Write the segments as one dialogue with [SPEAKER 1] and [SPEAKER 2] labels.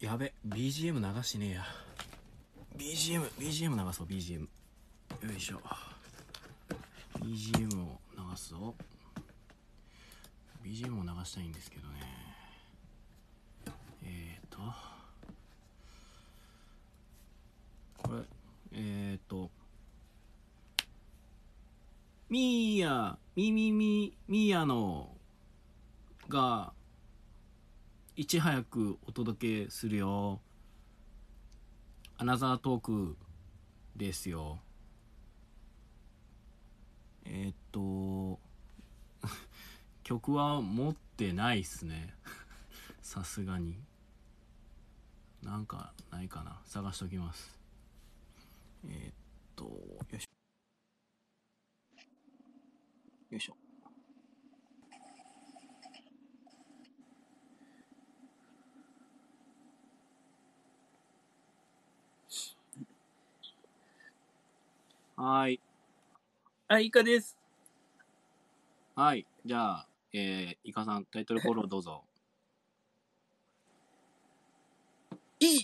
[SPEAKER 1] やべ BGM 流してねえや BGM BGM 流そう BGM よいしょ BGM を流すぞ BGM を流したいんですけどねえっ、ー、とこれえっ、ー、とミーヤミミミミーヤのがいち早くお届けするよアナザートークですよえー、っと 曲は持ってないっすね さすがになんかないかな探しときますえー、っとよいしょよいしょはーい。
[SPEAKER 2] あ、イカです。
[SPEAKER 1] はい。じゃあ、えー、イカさん、タイトルコールをどう ぞ。
[SPEAKER 2] いい、いい、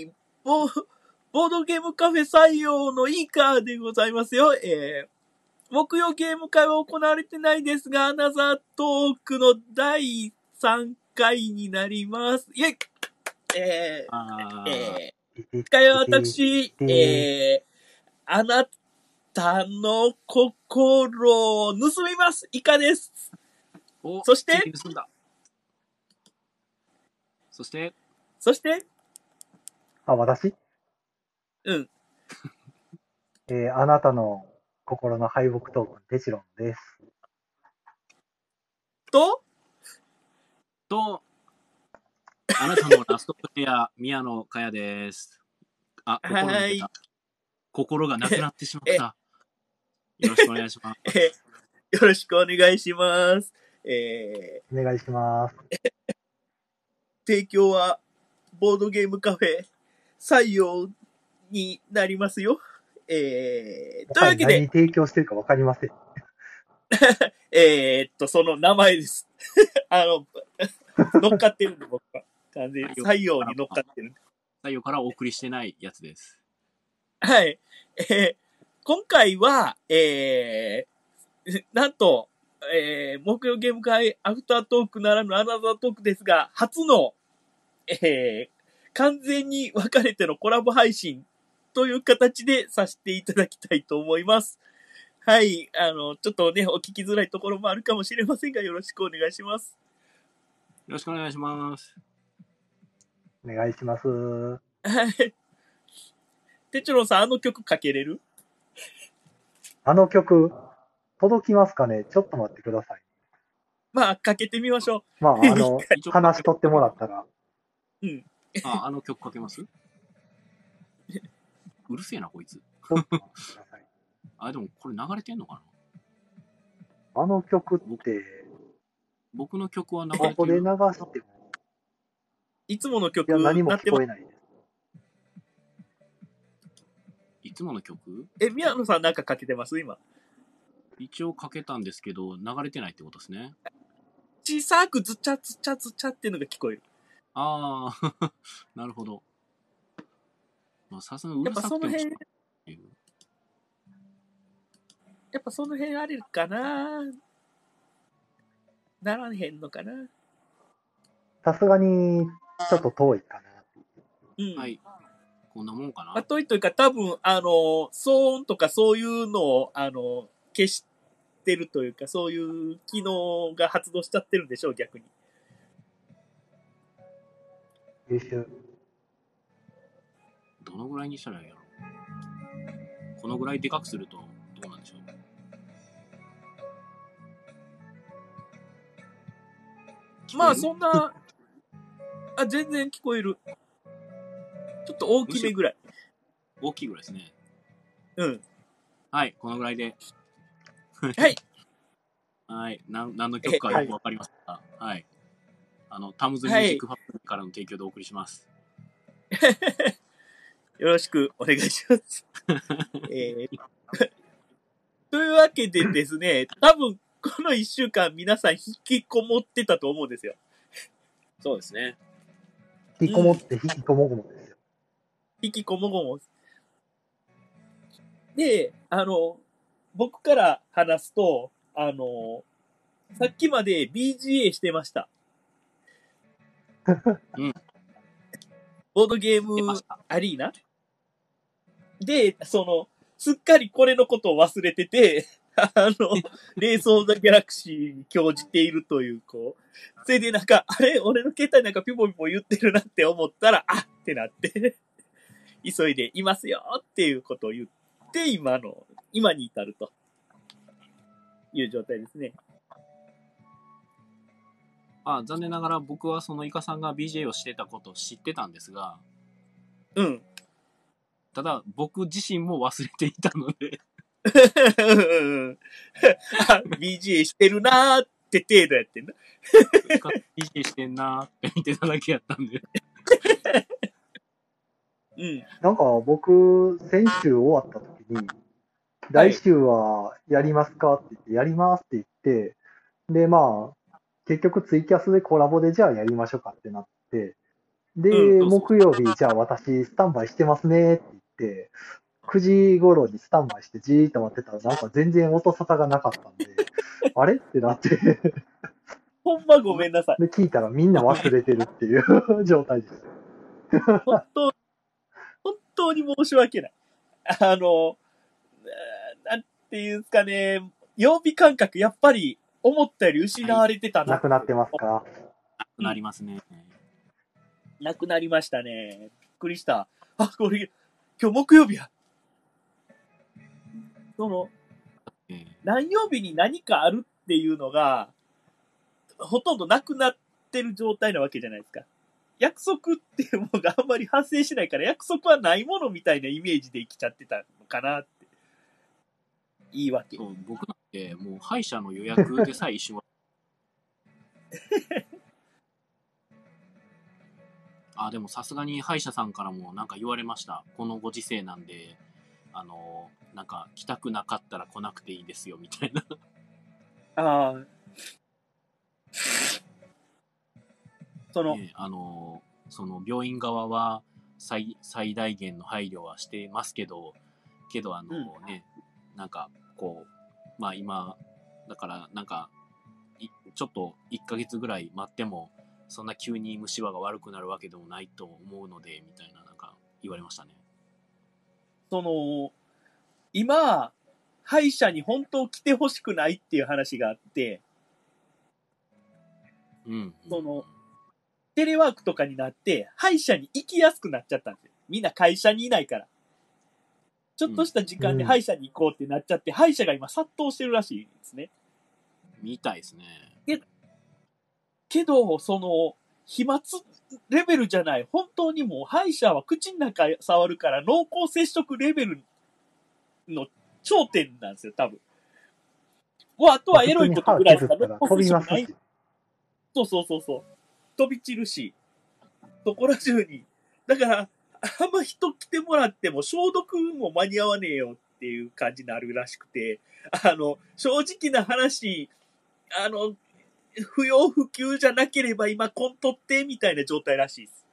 [SPEAKER 2] いい、ボーボードゲームカフェ採用のイカでございますよ。えー、木曜ゲーム会は行われてないですが、アナザートークの第3回になります。イェイえ
[SPEAKER 1] あ
[SPEAKER 2] ー、
[SPEAKER 1] ー、
[SPEAKER 2] えー、今回は私、えー、あなたの心を盗みます。イカです。
[SPEAKER 1] お
[SPEAKER 2] そして
[SPEAKER 1] 地域盗んだそして、
[SPEAKER 2] そして、
[SPEAKER 3] あ、私
[SPEAKER 2] うん。
[SPEAKER 3] えーあなたの心の敗北トークン、テチロンです。
[SPEAKER 2] と、
[SPEAKER 1] と、あなたのラストプレイヤー、 宮野かやです。あ、心が抜けた心が
[SPEAKER 2] は
[SPEAKER 1] なくなってしまった。よろしくお願いします。
[SPEAKER 2] えーよろしくお願いします。え
[SPEAKER 3] お願いします。
[SPEAKER 2] ー提供は、ボードゲームカフェ採用になりますよ。えーというわけ
[SPEAKER 3] はい
[SPEAKER 2] で、
[SPEAKER 3] 何提供してるかわかりません。
[SPEAKER 2] えーっと、その名前です。 あの、乗っかってるんで、僕は。完全に採用に乗っかってるんで。
[SPEAKER 1] 太陽からお送りしてないやつです。
[SPEAKER 2] はい。えー今回は、えーなんと、えー木曜ゲーム会アフタートークならぬアナザートークですが、初の、えー完全に分かれてのコラボ配信という形でさせていただきたいと思います。はい。あの、ちょっとね、お聞きづらいところもあるかもしれませんが、よろしくお願いします。
[SPEAKER 1] よろしくお願いします。
[SPEAKER 3] お願いします。
[SPEAKER 2] はい。てちろんさん、あの曲かけれる
[SPEAKER 3] あの曲、届きますかねちょっと待ってください。
[SPEAKER 2] まあ、かけてみましょ
[SPEAKER 3] ま あ、あの、
[SPEAKER 1] 一応
[SPEAKER 3] 話し取ってもらったら。
[SPEAKER 2] う。うん。
[SPEAKER 1] あ、あの曲かけますうるせえな、こいつ。
[SPEAKER 3] ちょっと待ってください。
[SPEAKER 1] あ、でもこれ流れてんのかな
[SPEAKER 3] あの曲って、
[SPEAKER 1] 僕の曲は流
[SPEAKER 3] こ
[SPEAKER 1] れ
[SPEAKER 3] こ
[SPEAKER 1] て
[SPEAKER 3] で流
[SPEAKER 1] る。
[SPEAKER 3] しても、
[SPEAKER 2] いつもの曲
[SPEAKER 3] いや、何も
[SPEAKER 2] なって
[SPEAKER 3] 聞
[SPEAKER 2] ます
[SPEAKER 3] こえないです。
[SPEAKER 1] いつもの曲
[SPEAKER 2] え、宮野さんなんかかけてます今。
[SPEAKER 1] 一応かけたんですけど、流れてないってことですね。
[SPEAKER 2] 小さくズチャズチャズチャっていうのが聞こえる。
[SPEAKER 1] ああ、 なるほど。まあ、さすがにう
[SPEAKER 2] や
[SPEAKER 1] る
[SPEAKER 2] っぱ
[SPEAKER 1] さ
[SPEAKER 2] そ
[SPEAKER 1] くて
[SPEAKER 2] の
[SPEAKER 1] もし
[SPEAKER 2] 辺、
[SPEAKER 1] っ
[SPEAKER 2] や
[SPEAKER 1] ていう。
[SPEAKER 2] っぱその辺あれかなならへんのかな
[SPEAKER 3] さすがに、ちょっと遠いかな。
[SPEAKER 2] うん。
[SPEAKER 1] はい。こんなもんかな
[SPEAKER 2] まあ、といというか多分、あの、騒音とかそういうのを、あの、消してるというか、そういう機能が発動しちゃってるんでしょう、逆に。
[SPEAKER 3] 優秀。
[SPEAKER 1] どのぐらいにしたらいいやろこのぐらいでかくするとどうなんでしょう
[SPEAKER 2] まあ、
[SPEAKER 1] 聞
[SPEAKER 2] そんな、あ、全然聞こえる。ちょっと大きめぐらい。
[SPEAKER 1] 大きいぐらいですね。
[SPEAKER 2] うん。
[SPEAKER 1] はい、このぐらいで。
[SPEAKER 2] はい。
[SPEAKER 1] はい、なん何の曲かよくわかりました。はい。あの、タムズミュージックファップからの提供でお送りします。
[SPEAKER 2] よろしくお願いします。えーというわけでですね、多分この一週間皆さん引きこもってたと思うんですよ。
[SPEAKER 1] そうですね。
[SPEAKER 3] 引きこもって引きこもごもですよ。
[SPEAKER 2] 引きこもごも。で、あの、僕から話すと、あの、さっきまで BGA してました。
[SPEAKER 1] うん
[SPEAKER 2] ボードゲー
[SPEAKER 1] 出ま
[SPEAKER 2] ム
[SPEAKER 1] した。
[SPEAKER 2] アリーナで、その、すっかりこれのことを忘れてて、あの、レース・オブ・ザ・ギャラクシーに興じているという、こう。それでなんか、あれ俺の携帯なんかピポピポ言ってるなって思ったら、あっってなって、急いでいますよっていうことを言って、今の、今に至ると。いう状態ですね。
[SPEAKER 1] あ残念ながら僕はそのイカさんが BJ をしてたことを知ってたんですが、
[SPEAKER 2] うん。
[SPEAKER 1] ただ僕自身も忘れていたので、
[SPEAKER 2] あ BGA してるなーって程度やってんな。
[SPEAKER 1] イカ BJ してんなーって見てただけやったんで。
[SPEAKER 2] うん。
[SPEAKER 3] なんか僕、先週終わった時に、来週はやりますかって言って、やりますって言って、で、まあ、結局ツイキャスでコラボでじゃあやりましょうかってなって、で、
[SPEAKER 2] うん
[SPEAKER 1] そうそ
[SPEAKER 3] 木曜日、じゃあ私スタンバイしてますねって言って、9時頃にスタンバイしてじーっと待ってたら、なんか全然音沙汰がなかったんで、 あれってなって、 で、
[SPEAKER 2] ほんまごめん なさい。
[SPEAKER 3] 聞いたらみんな忘れてるっていう 状態です。
[SPEAKER 2] 本当、本当に申し訳ない。あの、ななんていうんですかね、曜日感覚、やっぱり思ったより失われてたな。
[SPEAKER 3] なくなってますか
[SPEAKER 1] なりますね。
[SPEAKER 2] なくなりましたね。びっくりした。あ、これ、今日木曜日や。その、
[SPEAKER 1] えー
[SPEAKER 2] 何曜日に何かあるっていうのが、ほとんどなくなってる状態なわけじゃないですか。約束っていうものがあんまり発生しないから、約束はないものみたいなイメージで生きちゃってたのかなって。いいわけ。
[SPEAKER 1] そう僕なんてもう歯医者の予約でさえ一緒はあでもさすがに歯医者さんからもなんか言われましたこのご時世なんであのなんか来たくなかったら来なくていいですよみたいな
[SPEAKER 2] ああ。その、
[SPEAKER 1] ねあのその病院側は最最大限の配慮はしてますけどけどあのね、なんかこうまあ今だからなんかいちょっと1ヶ月ぐらい待ってもそんな急に虫歯が悪くなるわけでもないと思うのでみたいななんか言われましたね。
[SPEAKER 2] その、今、歯医者に本当来てほしくないっていう話があって、
[SPEAKER 1] うん、
[SPEAKER 2] そのテレワークとかになって、歯医者に行きやすくなっちゃったんですよ。みんな会社にいないから。ちょっとした時間で
[SPEAKER 3] うん
[SPEAKER 2] 歯医者に行こうってなっちゃって、歯医者が今殺到してるらしいんですね。
[SPEAKER 1] みたいですね。
[SPEAKER 2] けど、その、飛沫レベルじゃない。本当にもう歯医者は口の中触るから濃厚接触レベルの頂点なんですよ、多分。もうあとはエロいことぐらいしか
[SPEAKER 3] 普通に歯削ったら飛びますし。
[SPEAKER 2] そうそうそうそう。飛び散るし、そこら中に。だから、あんま人来てもらっても消毒も間に合わねえよっていう感じになるらしくて、あの、正直な話、あの、不要不急じゃなければ今コントってみたいな状態らしいです。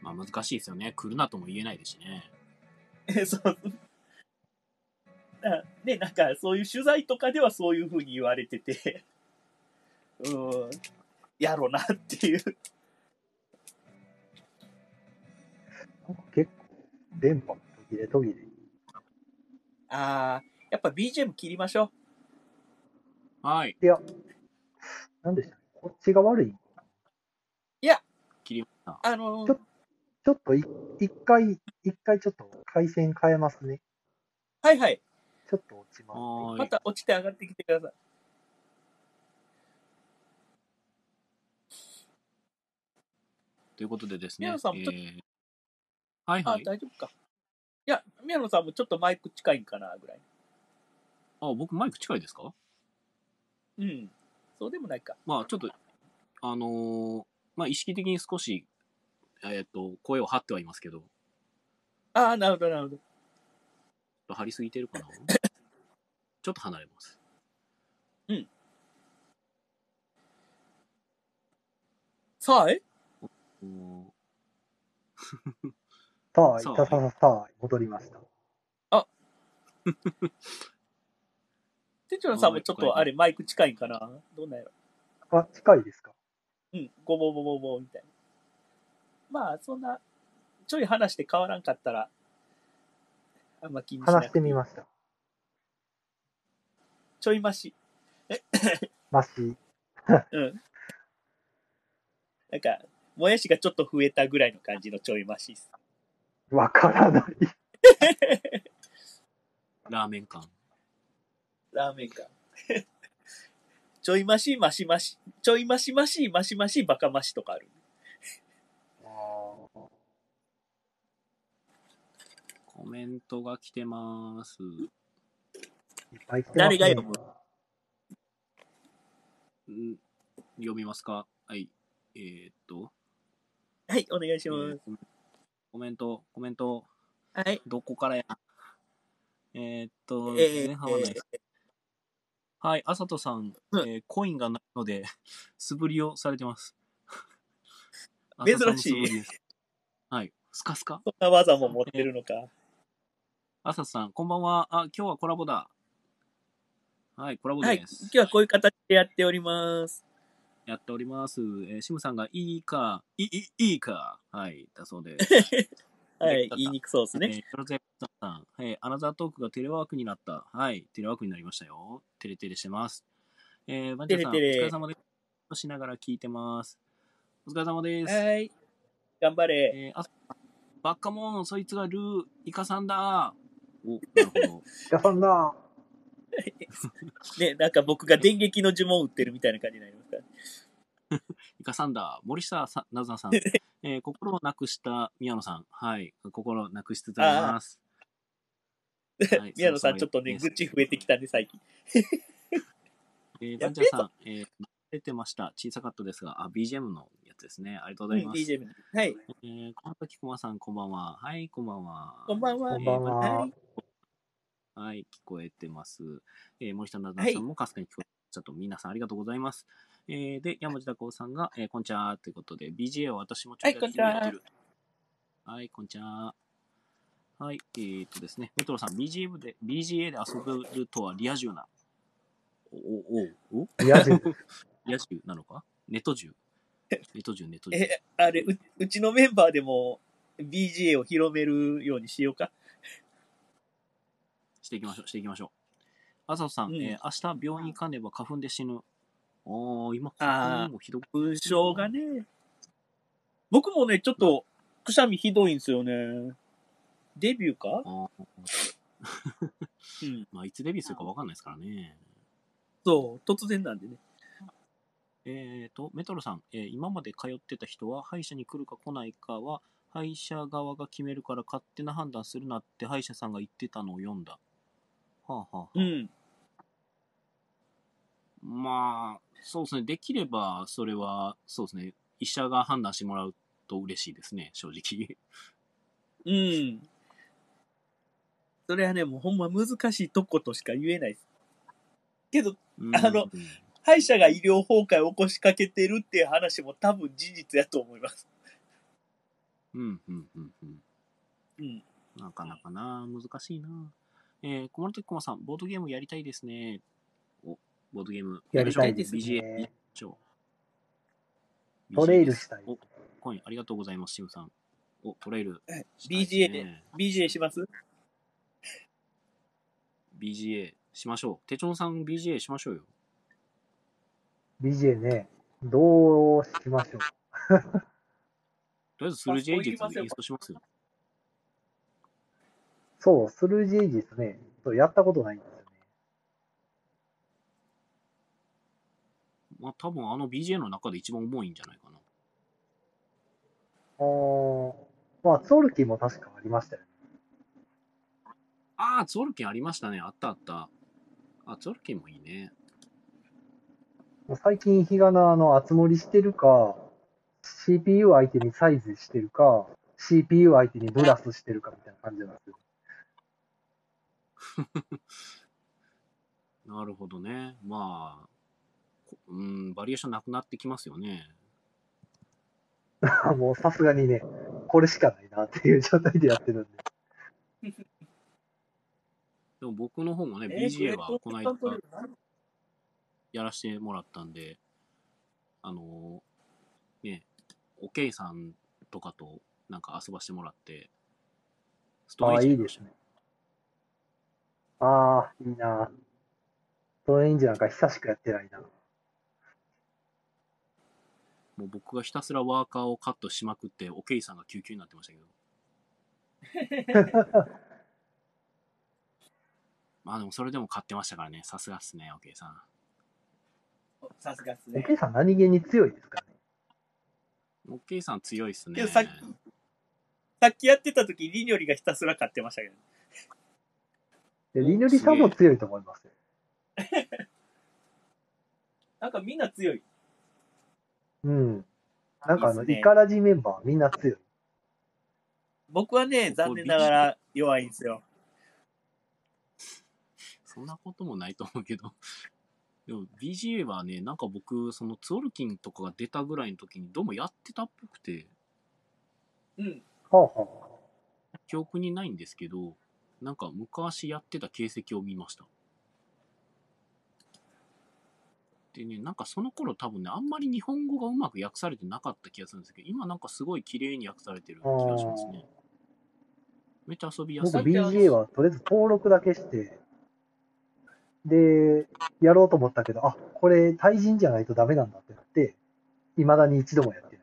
[SPEAKER 1] まあ難しいですよね。来るなとも言えないですしね。
[SPEAKER 2] えそう。あね、なんかそういう取材とかではそういうふうに言われてて、うん、やろなっていう。
[SPEAKER 3] なんか結構、電波が途切れ途切れ。
[SPEAKER 2] ああ、やっぱ BGM 切りましょう。
[SPEAKER 1] はい。
[SPEAKER 3] なんでしたこっちが悪い
[SPEAKER 1] 切りました。
[SPEAKER 2] あのー
[SPEAKER 3] ちょっちょっとい一回、一回ちょっと回線変えますね。
[SPEAKER 2] はいはい。
[SPEAKER 3] ちょっと落ちます、
[SPEAKER 1] はー
[SPEAKER 2] ま
[SPEAKER 1] い。
[SPEAKER 2] た落ちて上がってきてください。
[SPEAKER 1] ということでですね。
[SPEAKER 2] 宮野さん
[SPEAKER 1] え
[SPEAKER 2] もちょっ
[SPEAKER 1] ーはい
[SPEAKER 2] あ、
[SPEAKER 1] はい。
[SPEAKER 2] 大丈夫か。いや、宮野さんもちょっとマイク近いんかな、ぐらい。
[SPEAKER 1] あ、僕マイク近いですか
[SPEAKER 2] うん。そうでもないか。
[SPEAKER 1] まあちょっと、あのーまあ意識的に少し、えーっと、声を張ってはいますけど、ちょっ
[SPEAKER 2] ああ、なるほど、なるほど。
[SPEAKER 1] と張りすぎてるかなちょっと離れます。
[SPEAKER 2] うん。さあ、え
[SPEAKER 1] こ
[SPEAKER 3] さあ、
[SPEAKER 1] そう
[SPEAKER 3] いたさささあ、戻りました。
[SPEAKER 2] 店長さんもちょっとあれ、マイク近いんかなどうなんやろ
[SPEAKER 3] あ、近いですか
[SPEAKER 2] うん、ごぼうぼぼぼみたいな。まあ、そんな、ちょい話して変わらんかったら、あんま気にしな
[SPEAKER 3] 話
[SPEAKER 2] い
[SPEAKER 3] し。てみました。
[SPEAKER 2] ちょいまし。
[SPEAKER 3] マシ。
[SPEAKER 2] うん。なんか、もやしがちょっと増えたぐらいの感じのちょいましっす。
[SPEAKER 3] わからない。
[SPEAKER 1] うラーメン感
[SPEAKER 2] ラーメンか。 ちょいまし、ましまし。ちょいましまし、ましまし、バカましとかある。
[SPEAKER 1] コメントが来てます
[SPEAKER 3] いっぱい来てます
[SPEAKER 2] 誰
[SPEAKER 3] ね
[SPEAKER 2] が読む
[SPEAKER 1] ん読みますかはいえー、っと、
[SPEAKER 2] はい、お願いし
[SPEAKER 1] え
[SPEAKER 2] ま
[SPEAKER 1] ーコメントコメント
[SPEAKER 2] す。はい。
[SPEAKER 1] どこからやえー、っと、
[SPEAKER 2] えー
[SPEAKER 1] 前半はないです。はい、あさとさん、
[SPEAKER 2] うん
[SPEAKER 1] えーコインがないので、 素振りをされてます。
[SPEAKER 2] 珍しい
[SPEAKER 1] 朝さんの素振りです。はい、スカスカ。
[SPEAKER 2] そんな技も持ってるのか。
[SPEAKER 1] あさとさん、こんばんは。あ、今日はコラボだ。はい、コラボ
[SPEAKER 2] はい、
[SPEAKER 1] で
[SPEAKER 2] 今
[SPEAKER 1] す。
[SPEAKER 2] 日はこういう形でやっております。
[SPEAKER 1] やっております。えーシムさんがいいか、いい、いいか。はい、だそうです。
[SPEAKER 2] はい、言いにくそうです
[SPEAKER 1] え
[SPEAKER 2] ね。
[SPEAKER 1] ー、プロジェクトさん、えーアナザートークがテレワークになった。はい、テレワークになりましたよ。テレテレしてます。えー、バンチャさん、
[SPEAKER 2] テレテレ
[SPEAKER 1] お疲れ様です。しながら聞いてます。お疲れ様です。
[SPEAKER 2] はい。頑張れ。
[SPEAKER 1] えー、あバッカモン、そいつがルー、イカさんだ。お、なるほ ど。
[SPEAKER 3] いや、そんな、
[SPEAKER 2] ね、なんか僕が電撃の呪文を打ってるみたいな感じになりますから。
[SPEAKER 1] イカさんだ。森下さなずなさ ん、えー心をなくした宮野さん。はい、心をなくしつつあります。はい
[SPEAKER 2] 宮野さん、ちょっとね、
[SPEAKER 1] そろそ
[SPEAKER 2] 愚
[SPEAKER 1] ろ
[SPEAKER 2] 痴増えてきたね、最近。
[SPEAKER 1] えー、バンチャーさん、えー、出てました。小さかったですが、あ、BGM のやつですね。ありがとうございます。
[SPEAKER 2] うん BGM はい。
[SPEAKER 1] えー、小畑くまさん、こんばんは。はい、こんばんは。
[SPEAKER 2] こんばんは
[SPEAKER 3] こんばん
[SPEAKER 1] えー
[SPEAKER 3] は。
[SPEAKER 1] はい、聞こえてます。えー、森下奈々さんもかすかに聞こえてちょっと皆さんありがとうございます。えー、で、山地田光さんが、えー、こんちゃーということで、BGA は私もちょっとやってみようやって
[SPEAKER 2] はいこんちゃー
[SPEAKER 1] る。はい、こんちゃー。はい、えー、っとですね、メトロさん、BGM で、BGA で遊ぶるとはリア充な。お、お、お、お
[SPEAKER 3] リア充。
[SPEAKER 1] リア充なのかネット充。ネット充、ネット充。
[SPEAKER 2] え、あれう、うちのメンバーでも BGA を広めるようにしようか。
[SPEAKER 1] していきましょう、していきましょう。朝さん、
[SPEAKER 2] うん
[SPEAKER 1] えー明日病院行かねば花粉で死ぬ。おー、今、花
[SPEAKER 2] あー
[SPEAKER 1] 粉もひどく。
[SPEAKER 2] 文章がね。僕もね、ちょっと、くしゃみひどいんですよね。デビューか
[SPEAKER 1] あー
[SPEAKER 2] うん。
[SPEAKER 1] まあ、いつデビューするかわかんないですからね。
[SPEAKER 2] そう、突然なんでね。
[SPEAKER 1] えーと、メトロさん、えー今まで通ってた人は歯医者に来るか来ないかは、歯医者側が決めるから勝手な判断するなって歯医者さんが言ってたのを読んだ。はあ、はあはあ
[SPEAKER 2] うん。
[SPEAKER 1] まあ、そうですね。できれば、それは、そうですね。医者が判断してもらうと嬉しいですね、正直。
[SPEAKER 2] うん。それはね、もうほんま難しいとことしか言えないです。けど、
[SPEAKER 1] うん
[SPEAKER 2] あの、歯医者が医療崩壊を起こしかけてるっていう話も多分事実やと思います。
[SPEAKER 1] うん、うん、うん、うん。
[SPEAKER 2] うん。
[SPEAKER 1] なかなかな、難しいな。えー、小森とこまさん、ボードゲームやりたいですね。お、ボードゲーム。
[SPEAKER 3] やりたいです
[SPEAKER 1] やりましょう BGA やりま
[SPEAKER 3] ね。
[SPEAKER 1] しょう。
[SPEAKER 3] トレイルしたい
[SPEAKER 1] BGA ですお、コインありがとうございます、シムさん。お、トレイル
[SPEAKER 2] え
[SPEAKER 1] したいです
[SPEAKER 2] BGA で、
[SPEAKER 1] ね。
[SPEAKER 2] BGA します
[SPEAKER 1] BGA しましょう。手帳さん BGA しましょうよ。
[SPEAKER 3] BJ ね、どうしまし
[SPEAKER 1] と
[SPEAKER 3] ょう。
[SPEAKER 1] りあえず、スルジエイジ
[SPEAKER 2] あそう行きます
[SPEAKER 1] ズ
[SPEAKER 2] よ
[SPEAKER 1] インストしますよ。
[SPEAKER 3] そう、スルージエイジですね。そう、やったことないんですよね。
[SPEAKER 1] まあ、多分あの BGA の中で一番重いんじゃないかな。
[SPEAKER 3] あーまあ、ツオルキーも確かありましたよね。
[SPEAKER 1] ああ、ツオルキンありましたね。あったあった。あ、ツオルキンもいいね。
[SPEAKER 3] もう最近、日がな、あの、厚盛りしてるか、CPU 相手にサイズしてるか、CPU 相手にブラスしてるかみたいな感じなんですよ。
[SPEAKER 1] なるほどね。まあ、こうん、バリエーションなくなってきますよね。
[SPEAKER 3] もうさすがにね、これしかないなっていう状態でやってるんで。
[SPEAKER 1] でも僕の方もね、
[SPEAKER 2] えー
[SPEAKER 1] BGA はこの間
[SPEAKER 2] これコンタクト
[SPEAKER 1] やらせてもらったんで、あのーね、おけいさんとかとなんか遊ばしてもらって、ストレー
[SPEAKER 3] ああ、
[SPEAKER 1] ジ
[SPEAKER 3] いいですね。ああ、いいな。トレインジなんか久しくやってないな。
[SPEAKER 1] もう僕がひたすらワーカーをカットしまくって、おけいさんが救急になってましたけ ど。まあでもそれでも勝ってましたからね、さすがっすね、おけいさん。
[SPEAKER 2] さすがっす
[SPEAKER 3] お
[SPEAKER 2] ね。
[SPEAKER 3] けいさん何気に強いですかね。
[SPEAKER 1] オッケーさん強いっすね。
[SPEAKER 2] けどさっきさっきやってた時、りにょりがひたすら買ってましたけど。
[SPEAKER 3] で、りぬりさんも強いと思いますよ。
[SPEAKER 2] なんかみんな強い。
[SPEAKER 3] うん。なんかあの、
[SPEAKER 2] いいっすね
[SPEAKER 3] イカラジメンバーみんな強い。
[SPEAKER 2] 僕はね、残念ながら弱いんですよ。
[SPEAKER 1] そんなこともないと思うけど。 でも BGA はね、なんか僕、そのツオルキンとかが出たぐらいの時にどうもやってたっぽくて、
[SPEAKER 2] うん。
[SPEAKER 3] はあはあ。
[SPEAKER 1] 記憶にないんですけど、なんか昔やってた形跡を見ました。でね、なんかその頃多分ね、あんまり日本語がうまく訳されてなかった気がするんですけど、今なんかすごい綺麗に訳されてる気がしますね。めっちゃ遊びやす
[SPEAKER 3] 僕
[SPEAKER 1] い。
[SPEAKER 3] BGA はとりあえず登録だけして、で、やろうと思ったけど、あ、これ対人じゃないとダメなんだってなって、未だに一度もやってない。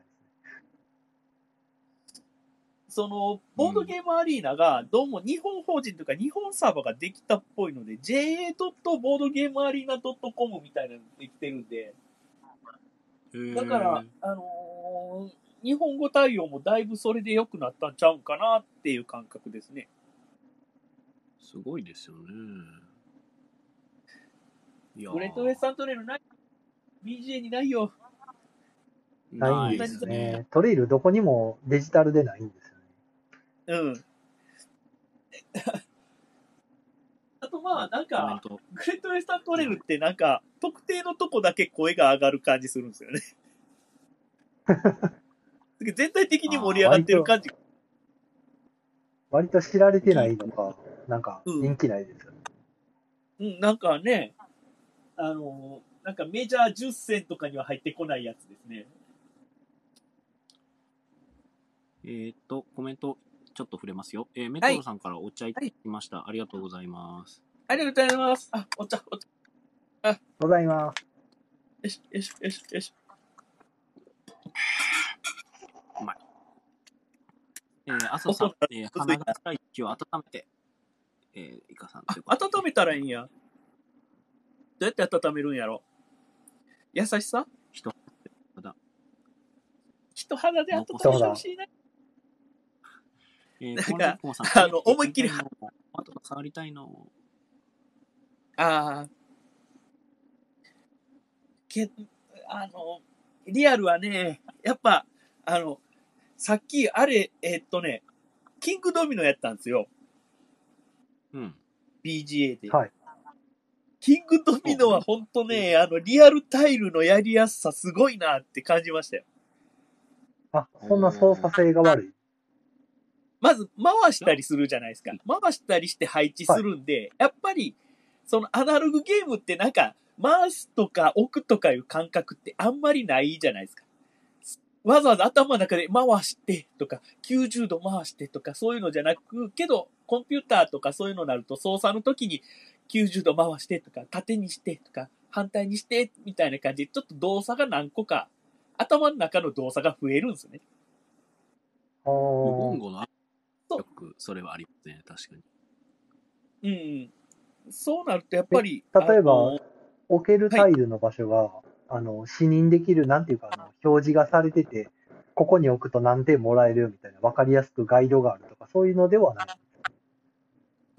[SPEAKER 2] その、ボードゲームアリーナが、どうも日本法人とか日本サーバーができたっぽいので、ja.boardgamearena.com みたいなのできてるんで、だから、あのー日本語対応もだいぶそれで良くなったんちゃうんかなっていう感覚ですね。
[SPEAKER 1] すごいですよね。いやー
[SPEAKER 2] グレートウェスタントレールない ?BGA にないよ。
[SPEAKER 3] な
[SPEAKER 1] ない
[SPEAKER 3] ん
[SPEAKER 1] で
[SPEAKER 3] ですす
[SPEAKER 1] ね。
[SPEAKER 3] ね。トレイルどこにもデジタルでないんですよね。
[SPEAKER 2] うん。あとまあ、なん
[SPEAKER 1] コメン
[SPEAKER 2] か、
[SPEAKER 1] ト。
[SPEAKER 2] グレートウェスタントレールってなんか、特定のとこだけ声が上がる感じするんです よね。全体的に盛り上がってる感じ。
[SPEAKER 3] 割と知られてないのか、なんか
[SPEAKER 2] うん
[SPEAKER 3] 人気ないですよね。
[SPEAKER 2] うん、なんかね、あのーなんかメジャー10選とかには入ってこないやつですね。
[SPEAKER 1] えーっと、コメント、ちょっと触れますよ。えーメトロさんからお茶いた
[SPEAKER 2] は
[SPEAKER 1] だ
[SPEAKER 2] い
[SPEAKER 1] きました。ありがとうございます。
[SPEAKER 2] ありがとうございます。あ、お茶、お茶。
[SPEAKER 3] ございます。
[SPEAKER 2] よし、よし、よし、よし。
[SPEAKER 1] えー、朝さん
[SPEAKER 2] お茶、
[SPEAKER 1] えー、花が辛い気を温めて、えー、イカさんということで
[SPEAKER 2] 温めたらいいんや。どうやって温めるんやろ優しさ
[SPEAKER 1] 人肌
[SPEAKER 2] 肌。人肌で温めてほしいな。
[SPEAKER 1] え
[SPEAKER 2] なん
[SPEAKER 1] ー、
[SPEAKER 2] か
[SPEAKER 1] コンラッコンさん、
[SPEAKER 2] あの思いっきり
[SPEAKER 1] あと触りたいの。
[SPEAKER 2] ああ。け、あの、リアルはね、やっぱ、あの、さっき、あれ、えっとね、キングドミノやったんですよ。
[SPEAKER 1] うん。
[SPEAKER 2] BGA で。
[SPEAKER 3] はい
[SPEAKER 2] キングドミノは本当ね、あの、リアルタイルのやりやすさすごいなって感じましたよ。
[SPEAKER 3] あ、そんな操作性が悪い。
[SPEAKER 2] まず回したりするじゃないですか。回したりして配置するんで、やっぱり、そのアナログゲームってなんか、回すとか置くとかいう感覚ってあんまりないじゃないですか。わざわざ頭の中で回してとか、90度回してとか、そういうのじゃなく、けど、コンピューターとかそういうのになると操作の時に90度回してとか、縦にしてとか、反対にしてみたいな感じで、ちょっと動作が何個か、頭の中の動作が増えるんですよね。
[SPEAKER 3] あ
[SPEAKER 1] ウ
[SPEAKER 3] ー
[SPEAKER 1] ボンゴの曲、それはありますね、確かに。
[SPEAKER 2] うん。そうなるとやっぱり。
[SPEAKER 3] 例えば
[SPEAKER 2] あの
[SPEAKER 3] 置けるタイルの場所が、あの、視認できる、なんていうか、あの、表示がされてて、ここに置くと何点もらえるみたいな、わかりやすくガイドがあるとか、そういうのではない。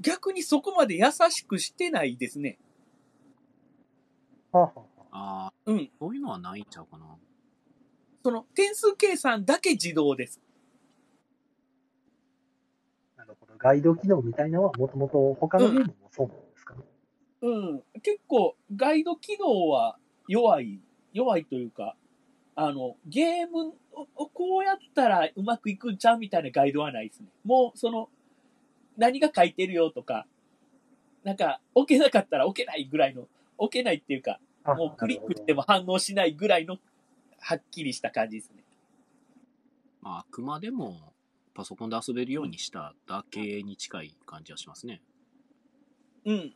[SPEAKER 2] 逆にそこまで優しくしてないですね。
[SPEAKER 3] はあはあはあ
[SPEAKER 1] ああ、
[SPEAKER 2] うん。
[SPEAKER 1] そういうのはないんちゃうかな。
[SPEAKER 2] その点数計算だけ自動です。
[SPEAKER 3] なるほど。ガイド機能みたいなのは、もともと他のゲームもそうなんですかね。
[SPEAKER 2] うん。結構ガイド機能は弱い、弱いというか、あの、ゲームおこうやったらうまくいくんちゃうみたいなガイドはないですね。もう、その、何が書いてるよとか、なんか、置けなかったら置けないぐらいの、置けないっていうか、
[SPEAKER 3] あ
[SPEAKER 2] もうクリックし
[SPEAKER 3] なる
[SPEAKER 2] ても反応しないぐらいの、はっきりした感じですね。
[SPEAKER 1] まあ、あくまでもパソコンで遊べるようにしただけに近い感じはしますね。
[SPEAKER 2] うん。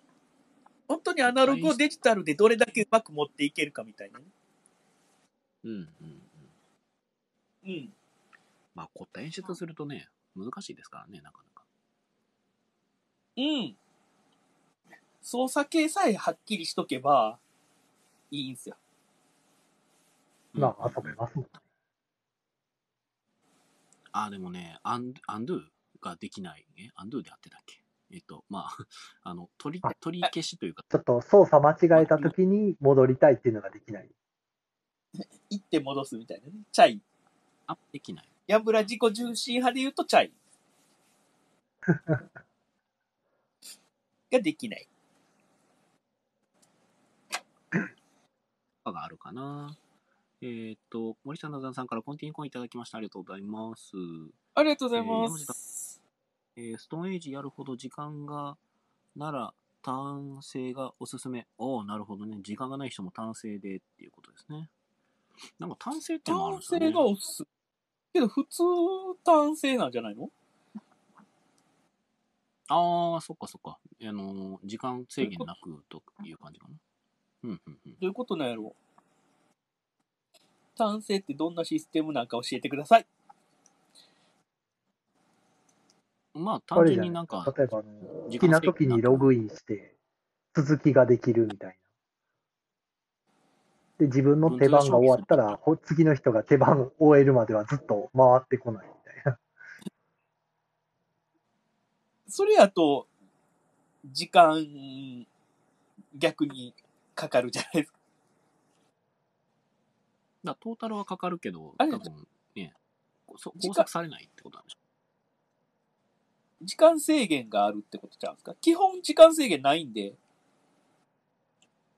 [SPEAKER 2] 本当にアナログをデジタルでどれだけうまく持っていけるかみたいなね。
[SPEAKER 1] うんうんうん。
[SPEAKER 2] うん。
[SPEAKER 1] まあ、凝った演出するとね、難しいですからね、なかなか。
[SPEAKER 2] うん。操作系さえはっきりしとけば、いいんすよ。
[SPEAKER 1] うん
[SPEAKER 3] まあ遊べますもん
[SPEAKER 1] あ、でもね、アンアンドゥができない。え、アンドゥでやってたっけえっと、まあ、 あの、取り
[SPEAKER 3] あ、
[SPEAKER 1] 取り消しというか、
[SPEAKER 3] ちょっと操作間違えた時に戻りたいっていうのができない。
[SPEAKER 2] 行って戻すみたいなね。チャイ。
[SPEAKER 1] あんまできない。
[SPEAKER 2] ヤンブラ自己重心派で言うとチャイ。ができない。
[SPEAKER 1] とかがあるかな。えーっと、森下なざんさんからコンティニューコインいただきました。ありがとうございます。
[SPEAKER 2] ありがとうご
[SPEAKER 1] ざいます
[SPEAKER 2] す。
[SPEAKER 1] えーストーンエイジやるほど時間がなら単性がおすすめ。おお、なるほどね。時間がない人も単性でっていうことですね。なんか単性ってのもあるん
[SPEAKER 2] 単
[SPEAKER 1] ですよ
[SPEAKER 2] 性
[SPEAKER 1] ね。
[SPEAKER 2] がおすすめ。けど普通単性なんじゃないの
[SPEAKER 1] ああ、そっかそっか。あのー、時間制限なくという感じかな。うんうんうん。
[SPEAKER 2] どういうことなんやろう単性ってどんなシステムなんか教えてください。
[SPEAKER 1] まあ
[SPEAKER 3] あ
[SPEAKER 1] 単
[SPEAKER 3] れじ
[SPEAKER 1] 純
[SPEAKER 3] ゃな
[SPEAKER 1] に
[SPEAKER 3] い
[SPEAKER 1] なんか、
[SPEAKER 3] 例えばあの、好
[SPEAKER 1] 時間制限
[SPEAKER 3] きな時にログインして、続きができるみたいな。で、自分の手番が終わったら、ほ次の人が手番を終えるまではずっと回ってこないみたいな。
[SPEAKER 2] それやと、時間、逆にかかるじゃないですか。
[SPEAKER 1] だからトータルはかかるけど、
[SPEAKER 2] あ
[SPEAKER 1] 多
[SPEAKER 2] れ
[SPEAKER 1] 分ね、そ
[SPEAKER 2] 時間
[SPEAKER 1] 拘束されないってことなんでしょ
[SPEAKER 2] 時間制限があるってことちゃうんですか基本時間制限ないんで、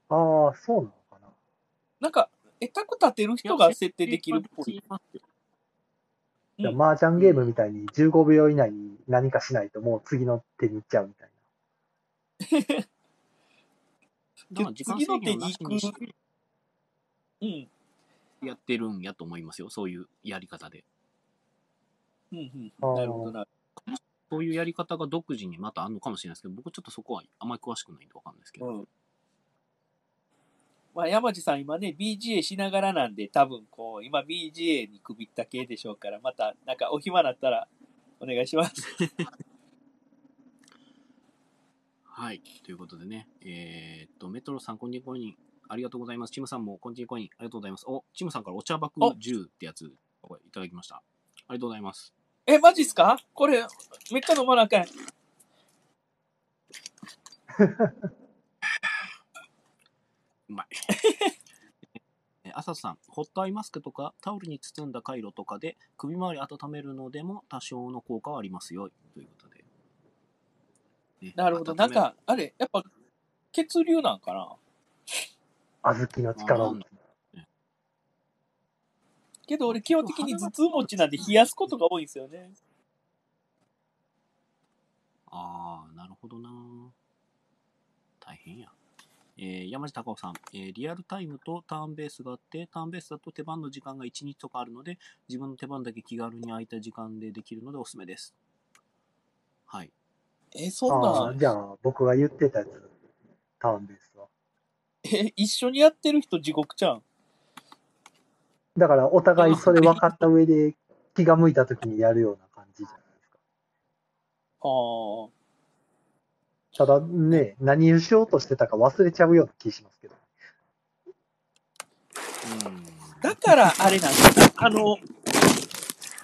[SPEAKER 3] ああ、そうなのかな。
[SPEAKER 2] なんか、えたく立てる人が設定できるっぽい。
[SPEAKER 3] じゃ
[SPEAKER 2] う
[SPEAKER 3] あ、麻雀ゲームみたいに15秒以内に何かしないと、もう次の手に行っちゃうみたい
[SPEAKER 1] だから時間制限をなしにして
[SPEAKER 2] うん。
[SPEAKER 1] やってるんやと思いますよ。そういうやり方で。
[SPEAKER 2] うん、う
[SPEAKER 3] な。あ
[SPEAKER 2] ん。
[SPEAKER 3] ー
[SPEAKER 2] なるほどな。
[SPEAKER 1] そういうやり方が独自にまたあるのかもしれないですけど、僕ちょっとそこはあんまり詳しくないんでわかんないですけど。
[SPEAKER 2] うん。まあ、山地さん今ね、BGA しながらなんで、多分こう、今 BGA に首った系でしょうから、また、なんかお暇だったら、お願いします。
[SPEAKER 1] はい。ということでね、えーっと、メトロさん、こんにちは。ありがとうございます。チムさんも、こんにちは。ありがとうございます。お、チムさんからお茶爆10ってやつ、これいただきました。ありがとうございます。
[SPEAKER 2] え、マジっすかこれ、めっちゃ飲まなあかん。
[SPEAKER 1] うまい。え朝さん、ホットアイマスクとかタオルに包んだ回路とかで首周り温めるのでも多少の効果はありますよ。ということで。ね
[SPEAKER 2] なるほど。
[SPEAKER 1] 温め
[SPEAKER 2] なんか、あれ、やっぱ、血流なんかな
[SPEAKER 3] 小豆の力を。
[SPEAKER 2] けど俺、基本的に頭痛持ちなんで冷やすことが多いんですよね。
[SPEAKER 1] ああ、なるほどな。大変や。えー山地隆夫さん、えーリアルタイムとターンベースがあって、ターンベースだと手番の時間が1日とかあるので、自分の手番だけ気軽に空いた時間でできるのでおすすめです。はい。
[SPEAKER 2] え、そん
[SPEAKER 3] あ
[SPEAKER 2] な
[SPEAKER 3] あ
[SPEAKER 2] ん、
[SPEAKER 3] ー、じゃあ、僕が言ってたやつ、ターンベースは。
[SPEAKER 2] え、一緒にやってる人地獄ちゃん。
[SPEAKER 3] だから、お互いそれ分かった上で、気が向いた時にやるような感じじゃないですか。
[SPEAKER 2] ああ。
[SPEAKER 3] ただね、何をしようとしてたか忘れちゃうような気しますけど。
[SPEAKER 1] うん。
[SPEAKER 2] だから、あれなんですよ。あの、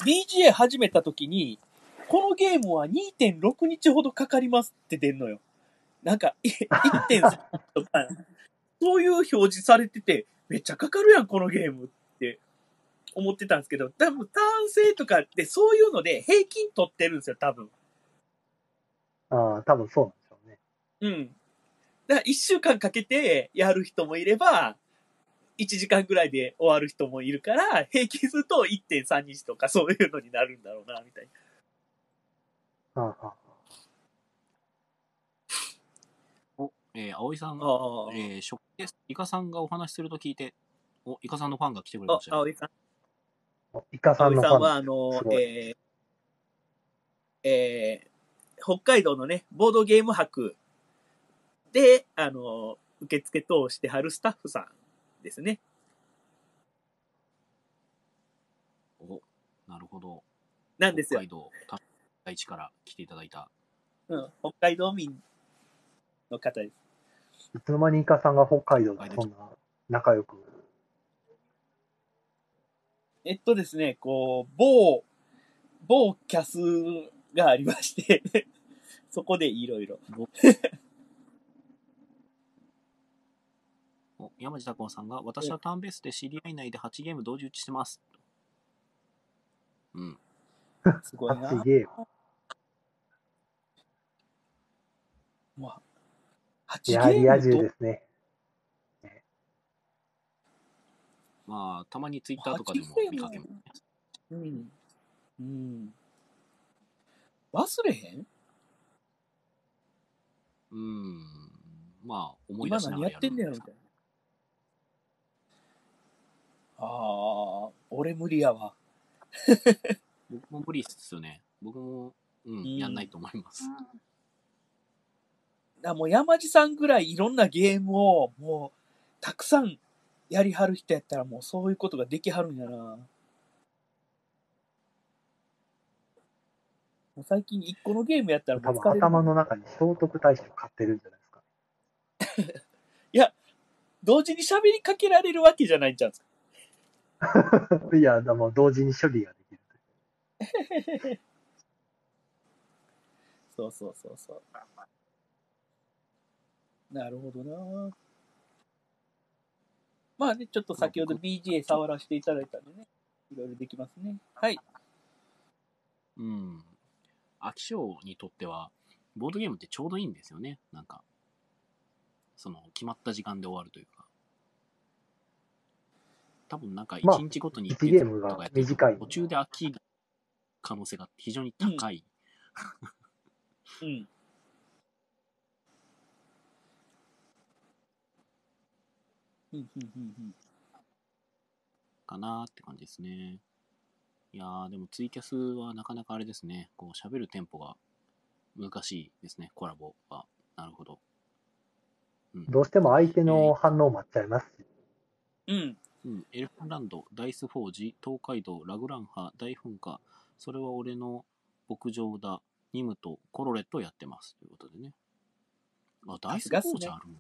[SPEAKER 2] BGA 始めた時に、このゲームは2.6日ほどかかりますって出んのよ。なんか、い1.3とか、そういう表示されてて、めっちゃかかるやん、このゲームって思ってたんですけど、多分、単性とかってそういうので平均取ってるんですよ、多分。
[SPEAKER 3] ああ、多分そうなんでしょうね。
[SPEAKER 2] うん。だから、1週間かけてやる人もいれば、 1時間ぐらいで終わる人もいるから、平均すると1.3日とかそういうのになるんだろうな、みたいな。
[SPEAKER 3] うんうん
[SPEAKER 1] お、えー、葵さん、
[SPEAKER 2] ああ、
[SPEAKER 1] えー、食です。イカさんがお話しすると聞いて、お、イカさんのファンが来てくれ
[SPEAKER 2] あ
[SPEAKER 1] まし、たよ。
[SPEAKER 2] 葵さん。
[SPEAKER 3] イカさん
[SPEAKER 2] 葵
[SPEAKER 3] のフ
[SPEAKER 2] さん
[SPEAKER 3] ァ
[SPEAKER 2] は、
[SPEAKER 3] ン。
[SPEAKER 2] あの
[SPEAKER 3] す、ごい
[SPEAKER 2] えーえー北海道のね、ボードゲーム博で、あの、受付等をしてはるスタッフさんですね。
[SPEAKER 1] お、なるほど。
[SPEAKER 2] なんです
[SPEAKER 1] 北
[SPEAKER 2] よ
[SPEAKER 1] 海。道、大地から来ていただいた。
[SPEAKER 2] うん、北海道民の方です。
[SPEAKER 3] いつの間にイカさんが北海道でそんな仲良く。
[SPEAKER 2] えっとですね、こう、某、某キャスがありまして、 そこでいろいろ。
[SPEAKER 1] お山地拓馬さんが、私はターンベースで知り合い内で8ゲーム同時打ちしてます。うん。
[SPEAKER 2] すごい
[SPEAKER 3] あ、
[SPEAKER 2] な
[SPEAKER 3] す。げえ。
[SPEAKER 2] もう8
[SPEAKER 3] い
[SPEAKER 2] ゲ
[SPEAKER 3] や、リア
[SPEAKER 2] ーム
[SPEAKER 3] 充
[SPEAKER 2] と
[SPEAKER 3] ですね。
[SPEAKER 1] まあ、たまにツイッターとかでも見かけますね。
[SPEAKER 2] うん。うん。忘れへん
[SPEAKER 1] うん。まあ、思い出
[SPEAKER 2] 今
[SPEAKER 1] しな
[SPEAKER 2] 何
[SPEAKER 1] がら
[SPEAKER 2] や
[SPEAKER 1] や
[SPEAKER 2] っ
[SPEAKER 1] る
[SPEAKER 2] てんねやろみたいな。ああ、俺無理やわ。
[SPEAKER 1] 僕も無理っすよね。僕も、うん、
[SPEAKER 2] ん
[SPEAKER 1] やんないと思います。
[SPEAKER 2] だもう山地さんぐらいいろんなゲームをもうたくさんやりはる人やったらもうそういうことができはるんやな。もう最近一個のゲームやったらも
[SPEAKER 3] 多
[SPEAKER 2] う
[SPEAKER 3] 分
[SPEAKER 2] 疲れる
[SPEAKER 3] 頭の中に聖徳太子を買ってるんじゃないですか。
[SPEAKER 2] 同時に喋りかけられるわけじゃないんちゃうんですか。
[SPEAKER 3] いや、でも同時に処理ができる。
[SPEAKER 2] そうそうそうそう。なるほどな。まあね、ちょっと先ほど BGA 触らせていただいたんでね、いろいろできますね。はい。
[SPEAKER 1] うん。飽き性にとっては、ボードゲームってちょうどいいんですよね。なんか、その、決まった時間で終わるというか。多分なんか
[SPEAKER 3] まあ
[SPEAKER 1] 1日ごとに
[SPEAKER 3] 1ゲームが
[SPEAKER 1] やってると
[SPEAKER 3] 短い
[SPEAKER 1] 途中で飽きる可能性が非常に高い。
[SPEAKER 2] うん。うん、うん、うん、うん。
[SPEAKER 1] かなーって感じですね。いやー、でもツイキャスはなかなかあれですね。こう、喋るテンポが難しいですね。コラボは。なるほど。うん
[SPEAKER 3] どうしても相手の反応を待っちゃいますし。
[SPEAKER 2] うん。
[SPEAKER 1] うん、エルフンランド、ダイスフォージ、東海道、ラグランハ、大噴火、それは俺の牧場だ、ニムとコロレットをやってます。ということでね。あ、ダイスフォージあるんや。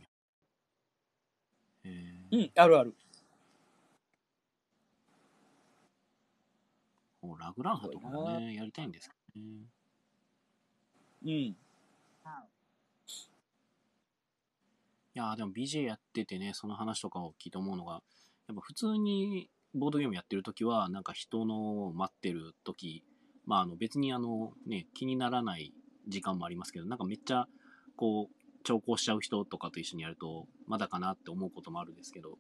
[SPEAKER 1] へ
[SPEAKER 2] う
[SPEAKER 1] え
[SPEAKER 2] ん。あるある。
[SPEAKER 1] もうラグランハとかもね、やりたいんですけどね。
[SPEAKER 2] うん。
[SPEAKER 1] いやーでも BJ やっててね、その話とかを聞いて思うのが、やっぱ普通にボードゲームやってる時は、なんか人の待ってる時まああの別にあのね、気にならない時間もありますけど、なんかめっちゃこう、調校しちゃう人とかと一緒にやると、まだかなって思うこともあるんですけど、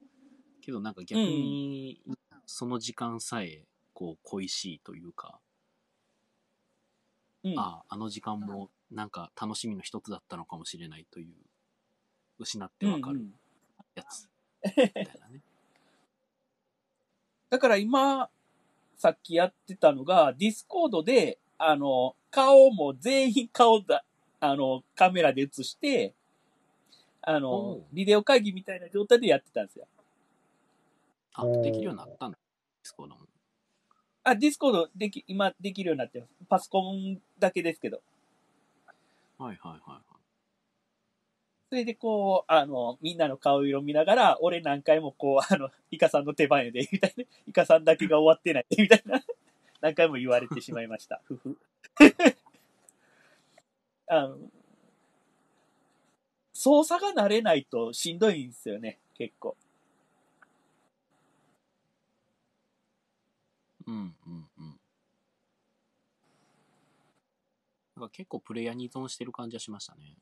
[SPEAKER 1] けどなんか逆に、その時間さえ、こう、恋しいというか、
[SPEAKER 2] うん。
[SPEAKER 1] ああ、あの時間もなんか楽しみの一つだったのかもしれないという、失ってわか
[SPEAKER 2] う
[SPEAKER 1] る
[SPEAKER 2] んうん
[SPEAKER 1] や つ。みたいなね。
[SPEAKER 2] だから今、さっきやってたのが、ディスコードで、あの、顔も全員顔だ、あの、カメラで映して、あ
[SPEAKER 1] お
[SPEAKER 2] の
[SPEAKER 1] う、
[SPEAKER 2] ビデオ会議みたいな状態でやってたんですよ。
[SPEAKER 1] あ、
[SPEAKER 3] おー
[SPEAKER 1] できるようになったんだ。ディスコードも。
[SPEAKER 2] あ、ディスコードでき、今できるようになってます。パソコンだけですけど。
[SPEAKER 1] はいはいはいはい。
[SPEAKER 2] それでこう、あの、みんなの顔色見ながら、俺何回もこう、あの、イカさんの手番やで、みたいな。イカさんだけが終わってないで、みたいな。何回も言われてしまいました。ふふ。 あの、操作が慣れないとしんどいんですよね、結構。
[SPEAKER 1] うんうんうん。なんか結構プレイヤーに依存してる感じはしましたね。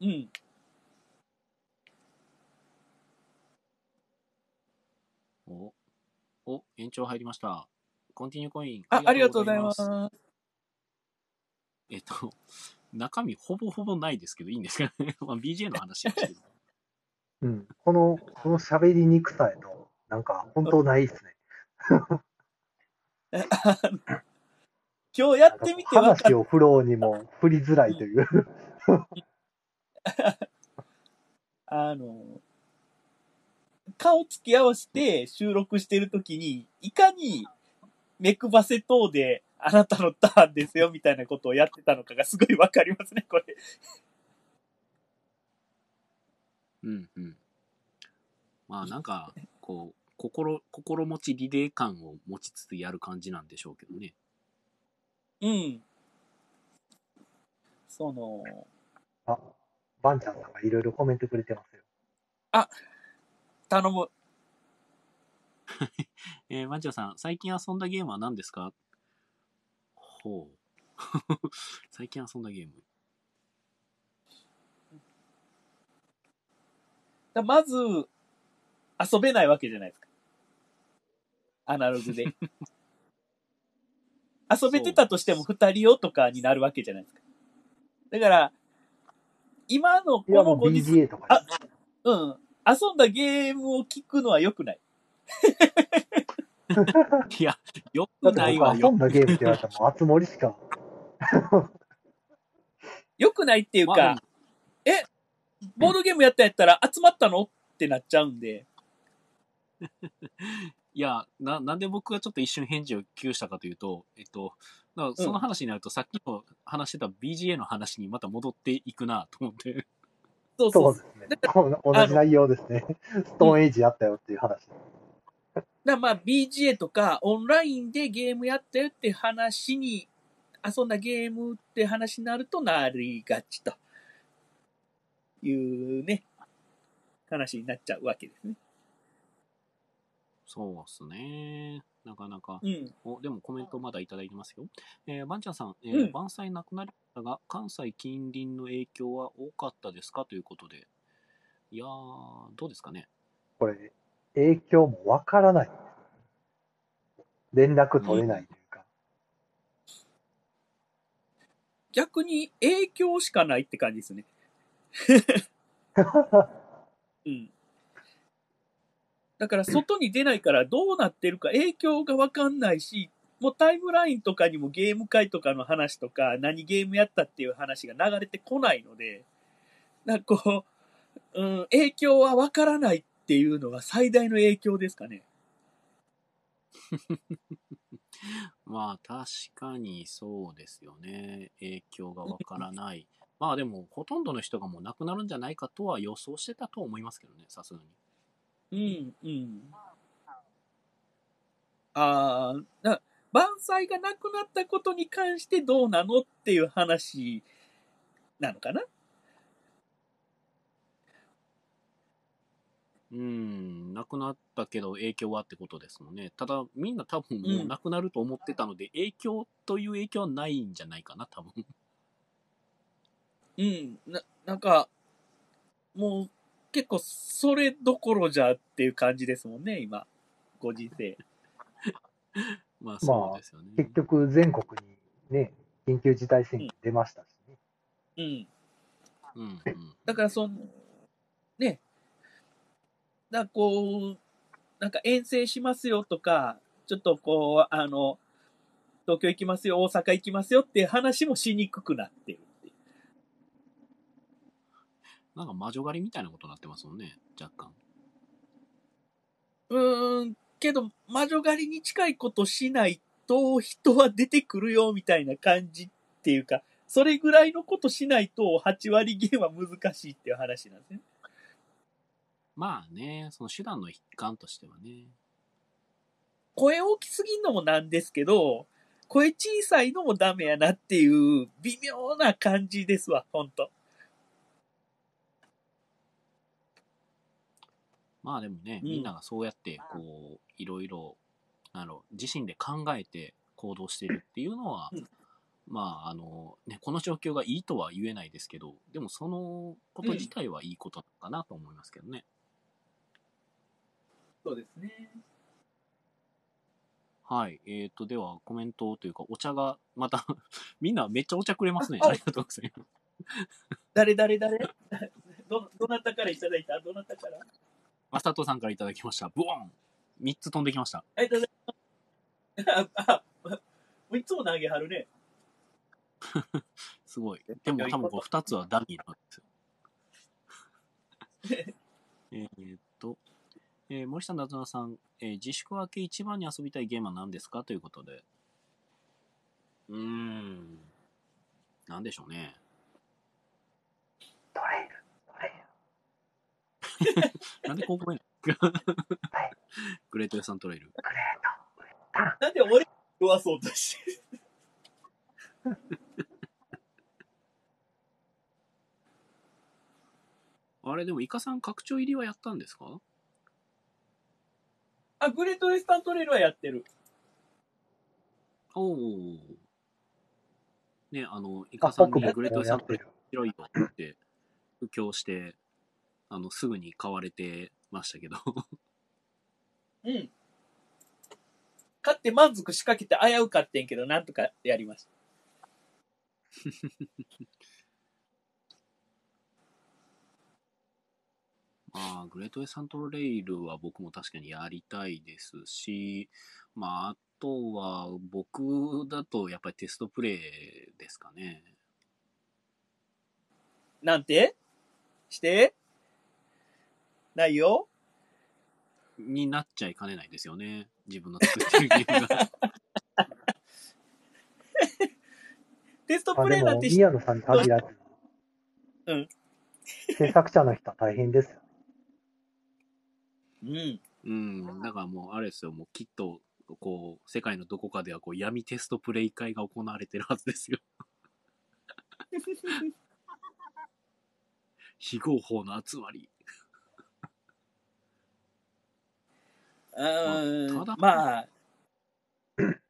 [SPEAKER 2] うん。
[SPEAKER 1] お、お、延長入りました。コンティニューコイン。
[SPEAKER 2] あ、ありがとうございます。
[SPEAKER 1] えっと、 中身ほぼほぼないですけど、いいんですかね。 まあ、BJ の話ですけど。
[SPEAKER 3] うん。この、この喋りにくさやと、なんか、本当ないですね。
[SPEAKER 2] 今日やってみて分か
[SPEAKER 3] 話
[SPEAKER 2] っ
[SPEAKER 3] を振ろうにも振りづらいという。
[SPEAKER 2] あの、顔付き合わせて収録してるときに、いかに目くばせ等であなたのターンですよみたいなことをやってたのかがすごいわかりますね、これ。
[SPEAKER 1] うんうん。まあなんか、こう、心、心持ちリレー感を持ちつつやる感じなんでしょうけどね。
[SPEAKER 2] うん。その、
[SPEAKER 3] あ、バンちゃんさんがいろいろコメントくれてますよ。
[SPEAKER 2] 頼む。
[SPEAKER 1] えー、マンチョさん、最近遊んだゲームは何ですかほう。 最近遊んだゲーム。
[SPEAKER 2] だまず、遊べないわけじゃないですか。アナログ で。遊べてたとしても二人用とかになるわけじゃないですか。だから、今のこ
[SPEAKER 3] いや、も
[SPEAKER 2] の
[SPEAKER 3] う
[SPEAKER 2] ご時世
[SPEAKER 3] BGA とか
[SPEAKER 2] うん。遊んだゲームを聞くのは良くない。
[SPEAKER 1] いや、よ
[SPEAKER 3] だ
[SPEAKER 1] く
[SPEAKER 3] っ
[SPEAKER 1] ない
[SPEAKER 3] て
[SPEAKER 1] わ
[SPEAKER 3] 僕遊
[SPEAKER 1] よ。
[SPEAKER 3] んだゲームって言われたらもう熱盛しか。
[SPEAKER 2] 良くないっていう
[SPEAKER 1] まあ
[SPEAKER 2] か、ボードゲームやったんやったら集まったのってなっちゃうんで。
[SPEAKER 1] いやな、なんで僕がちょっと一瞬返事を急したかというと、えっと、だからその話になると、さっきの話してた BGA の話にまた戻っていくなと思って。
[SPEAKER 2] そうそ
[SPEAKER 3] そううですね。同じ内容ですね。ストーンエイジやったよっていう話。
[SPEAKER 2] だからまあ BGA とかオンラインでゲームやったよって話に、遊んだゲームって話になるとなりがちというね、話になっちゃうわけですね。
[SPEAKER 1] そうですね。なかなか。
[SPEAKER 2] うん。
[SPEAKER 1] お、でもコメントまだいただいてますよ。えー、バンちゃんさん、え
[SPEAKER 2] う
[SPEAKER 1] ー、
[SPEAKER 2] ん
[SPEAKER 1] 万歳なくなりましたが、関西近隣の影響は多かったですかということで。いやー、どうですかね。
[SPEAKER 3] これ、影響もわからない。連絡取れないというか。
[SPEAKER 2] 逆に影響しかないって感じですね。うん。だから外に出ないからどうなってるか影響がわかんないし、もうタイムラインとかにもゲーム会とかの話とか、何ゲームやったっていう話が流れてこないので、なんかこう、うん、影響はわからないっていうのが最大の影響ですかね。
[SPEAKER 1] まあ確かにそうですよね。影響がわからない。 まあでもほとんどの人がもう亡くなるんじゃないかとは予想してたと思いますけどね、さすがに。
[SPEAKER 2] うん、うん。あーな、万歳がなくなったことに関してどうなのっていう話なのかな
[SPEAKER 1] うん、亡くなったけど影響はってことですもんね。ただみんな多分もう亡くなると思ってたので、影響という影響はないんじゃないかな、多分。
[SPEAKER 2] うん、な、なんか、もう結構それどころじゃっていう感じですもんね、今。ご時世。
[SPEAKER 1] まあそうですよね。
[SPEAKER 3] 結局、全国にね、緊急事態宣言出ましたしね。
[SPEAKER 2] う
[SPEAKER 1] う
[SPEAKER 2] ん。
[SPEAKER 1] ん、うん。
[SPEAKER 2] だからその、ね。だからこう、なんか遠征しますよとか、ちょっとこう、あの、東京行きますよ、大阪行きますよっていう話もしにくくなってるっていう。
[SPEAKER 1] なんか魔女狩りみたいなことになってますもんね、若干。
[SPEAKER 2] うーん、けど、魔女狩りに近いことしないと人は出てくるよみたいな感じっていうか、それぐらいのことしないと8割ゲームは難しいっていう話なんですね。
[SPEAKER 1] まあね、その手段の一環としてはね。
[SPEAKER 2] 声大きすぎんのもなんですけど、声小さいのもダメやなっていう微妙な感じですわ、ほんと。
[SPEAKER 1] まあでもね、
[SPEAKER 2] うん
[SPEAKER 1] みんながそうやって、こう、いろいろ、あの、自身で考えて行動してるっていうのは、
[SPEAKER 2] うん
[SPEAKER 1] まあ、あの、ね、この状況がいいとは言えないですけど、でもそのこと自体はいいことなのかなと思いますけどね。
[SPEAKER 2] そうですね。
[SPEAKER 1] はい。えっ、と、では、コメントというか、お茶が、また、 みんなめっちゃお茶くれますね。
[SPEAKER 2] あ
[SPEAKER 1] ありがとうございます。
[SPEAKER 2] 誰誰誰 ど、どなたからいただいたどなたから
[SPEAKER 1] まさとさんからいただきました。ブオン !3 つ飛んできました。
[SPEAKER 2] ありがとうございます。ああいつも投げはるね。
[SPEAKER 1] すごい。でも多分こう2つはダミーなんですよ。 えーっと、えー森下夏菜さん、えー自粛明け一番に遊びたいゲームは何ですかということで。うーん。なんでしょうね。
[SPEAKER 3] トレイル、トレイル。
[SPEAKER 1] なんで高校へグレート屋さんトレイル。
[SPEAKER 2] なんで俺弱そうとしてる。
[SPEAKER 1] あれ、でもイカさん拡張入りはやったんですか
[SPEAKER 2] あ、グレートウエスタントレールはやってる。
[SPEAKER 1] おお。ね、あの、イカ
[SPEAKER 3] あ、
[SPEAKER 1] さん
[SPEAKER 3] 僕
[SPEAKER 1] に
[SPEAKER 3] も
[SPEAKER 1] グレート屋さん
[SPEAKER 3] や
[SPEAKER 1] ト
[SPEAKER 3] って
[SPEAKER 1] レイル
[SPEAKER 3] る。
[SPEAKER 1] 白いよって、布教して、あの、すぐに買われてましたけど。
[SPEAKER 2] うん。勝って満足しかけて危うかってんけど、なんとかやりました。
[SPEAKER 1] まあ、グレートエサントレイルは僕も確かにやりたいですし、まあ、あとは僕だとやっぱりテストプレイですかね。
[SPEAKER 2] なんてしてないよ。
[SPEAKER 1] になっちゃいかねないですよね。自分の作ってるゲーム が。
[SPEAKER 2] テスト
[SPEAKER 3] あ
[SPEAKER 2] プレ
[SPEAKER 3] で
[SPEAKER 2] イな
[SPEAKER 3] も、
[SPEAKER 2] んてし
[SPEAKER 3] 宮野さんに限らず、
[SPEAKER 2] うん
[SPEAKER 3] 制作者の人は大変ですよ。
[SPEAKER 2] うん。
[SPEAKER 1] うん。だからもうあれですよ、もうきっと、こう、世界のどこかではこう闇テストプレイ会が行われてるはずですよ。非合法の集まり。
[SPEAKER 2] うー
[SPEAKER 1] ただ
[SPEAKER 2] ん。まあ、
[SPEAKER 1] うん。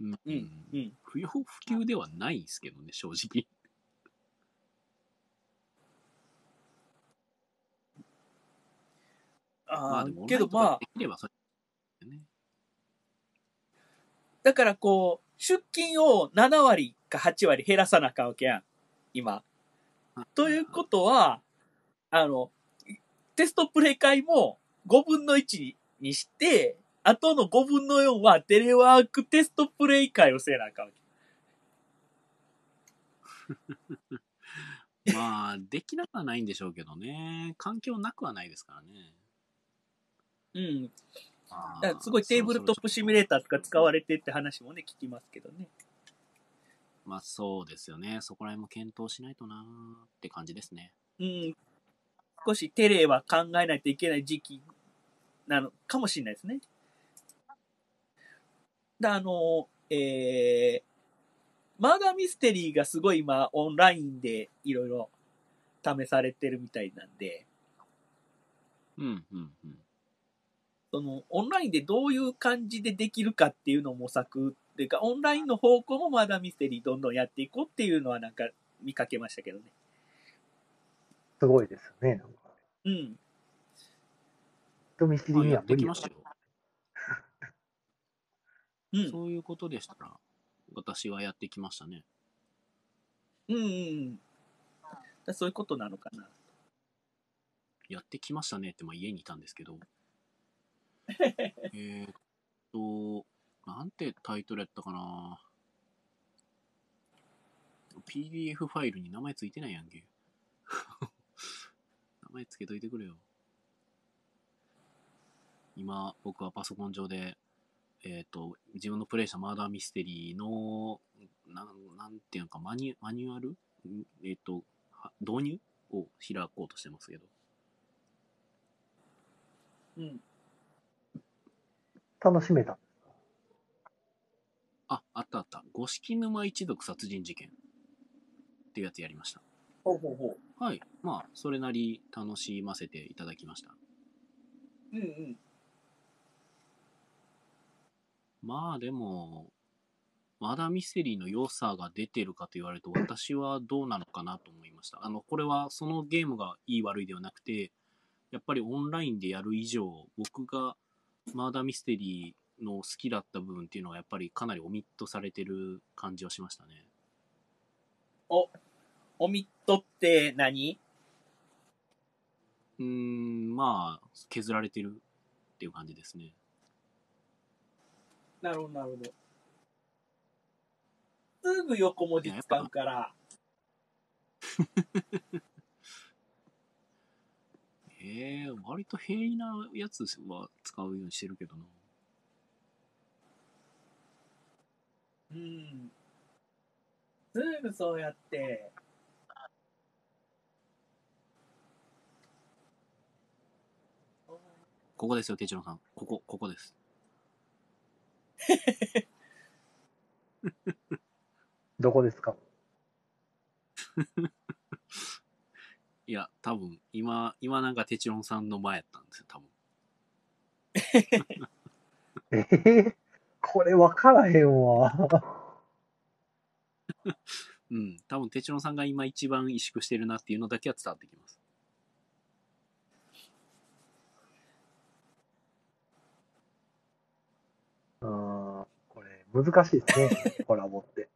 [SPEAKER 2] うんうん
[SPEAKER 1] 不要不急ではないんですけどね、正直。ま
[SPEAKER 2] あ
[SPEAKER 1] あで
[SPEAKER 2] ー
[SPEAKER 1] も、
[SPEAKER 2] けどまあ
[SPEAKER 1] で、きればそれ、ね。
[SPEAKER 2] だからこう、出勤を7割か8割減らさなあかんわけやん。今。ということは、あの、テストプレイ会も5分の1にして、あとの5分の4はテレワークテストプレイ会をせなあかんわけ。
[SPEAKER 1] まあ、できなくはないんでしょうけどね。環境なくはないですからね。
[SPEAKER 2] うん。
[SPEAKER 1] あ
[SPEAKER 2] だからすごいテーブルトップシミュレーターとか使われてって話もね、聞きますけどね。
[SPEAKER 1] まあ、そうですよね。そこら辺も検討しないとなーって感じですね。
[SPEAKER 2] うん。少しテレは考えないといけない時期なのかもしれないですね。だあの、えー、マーダーミステリーがすごい今オンラインでいろいろ試されてるみたいなんで、
[SPEAKER 1] うん、うん、うん。
[SPEAKER 2] そのオンラインでどういう感じでできるかっていうのを模索っていうか、オンラインの方向もマーダーミステリーどんどんやっていこうっていうのはなんか見かけましたけどね。
[SPEAKER 3] すごいですよね。なんか
[SPEAKER 2] うん。
[SPEAKER 3] 人見知り
[SPEAKER 1] まあ、
[SPEAKER 3] に
[SPEAKER 1] や
[SPEAKER 3] は
[SPEAKER 1] って
[SPEAKER 3] 無
[SPEAKER 1] き
[SPEAKER 3] 理
[SPEAKER 1] ま
[SPEAKER 3] よ
[SPEAKER 1] したよ。
[SPEAKER 2] うん。
[SPEAKER 1] そういうことでしたら、私はやってきましたね。
[SPEAKER 2] うんうんうん。だそういうことなのかな。
[SPEAKER 1] やってきましたねって、まあ、家にいたんですけど。えーっと、なんてタイトルやったかな PDF ファイルに名前ついてないやんけ。 名前つけといてくれよ。今、僕はパソコン上で、えーっと、自分のプレイしたマーダーミステリーの、なんなんていうのか、マニュマニュアルんえーっと、は導入を開こうとしてますけど。
[SPEAKER 2] うん。
[SPEAKER 3] 楽しめた。
[SPEAKER 1] あ、あったあった。五色沼一族殺人事件っていうやつやりました。
[SPEAKER 2] ほうほうほ
[SPEAKER 1] はい。まあ、それなり楽しませていただきました。
[SPEAKER 2] う。うんうん。
[SPEAKER 1] まあ、でも、まだミステリーの良さが出てるかと言われると、私はどうなのかなと思いました。あの、これはそのゲームがいい悪いではなくて、やっぱりオンラインでやる以上、僕がマーダーミステリーの好きだった部分っていうのがやっぱりかなりオミットされてる感じはしましたね。
[SPEAKER 2] おみっとって何
[SPEAKER 1] うーん、まあ、削られてるっていう感じですね。
[SPEAKER 2] なるほど、なるほど。すぐ横文字使うから。
[SPEAKER 1] ええ割と平易なやつは使うようにしてるけどな。
[SPEAKER 2] うん。すぐそうやって。
[SPEAKER 1] ここですよ、手順さん。ここ、ここです。
[SPEAKER 3] どこですか
[SPEAKER 1] いや、多分、今、今なんかテチロンさんの前やったんですよ、多分。
[SPEAKER 3] えー、これ分からへんわ。
[SPEAKER 1] うん、多分テチロンさんが今一番萎縮してるなっていうのだけは伝わってきます。
[SPEAKER 3] うーん、これ難しいです ね、コラボって。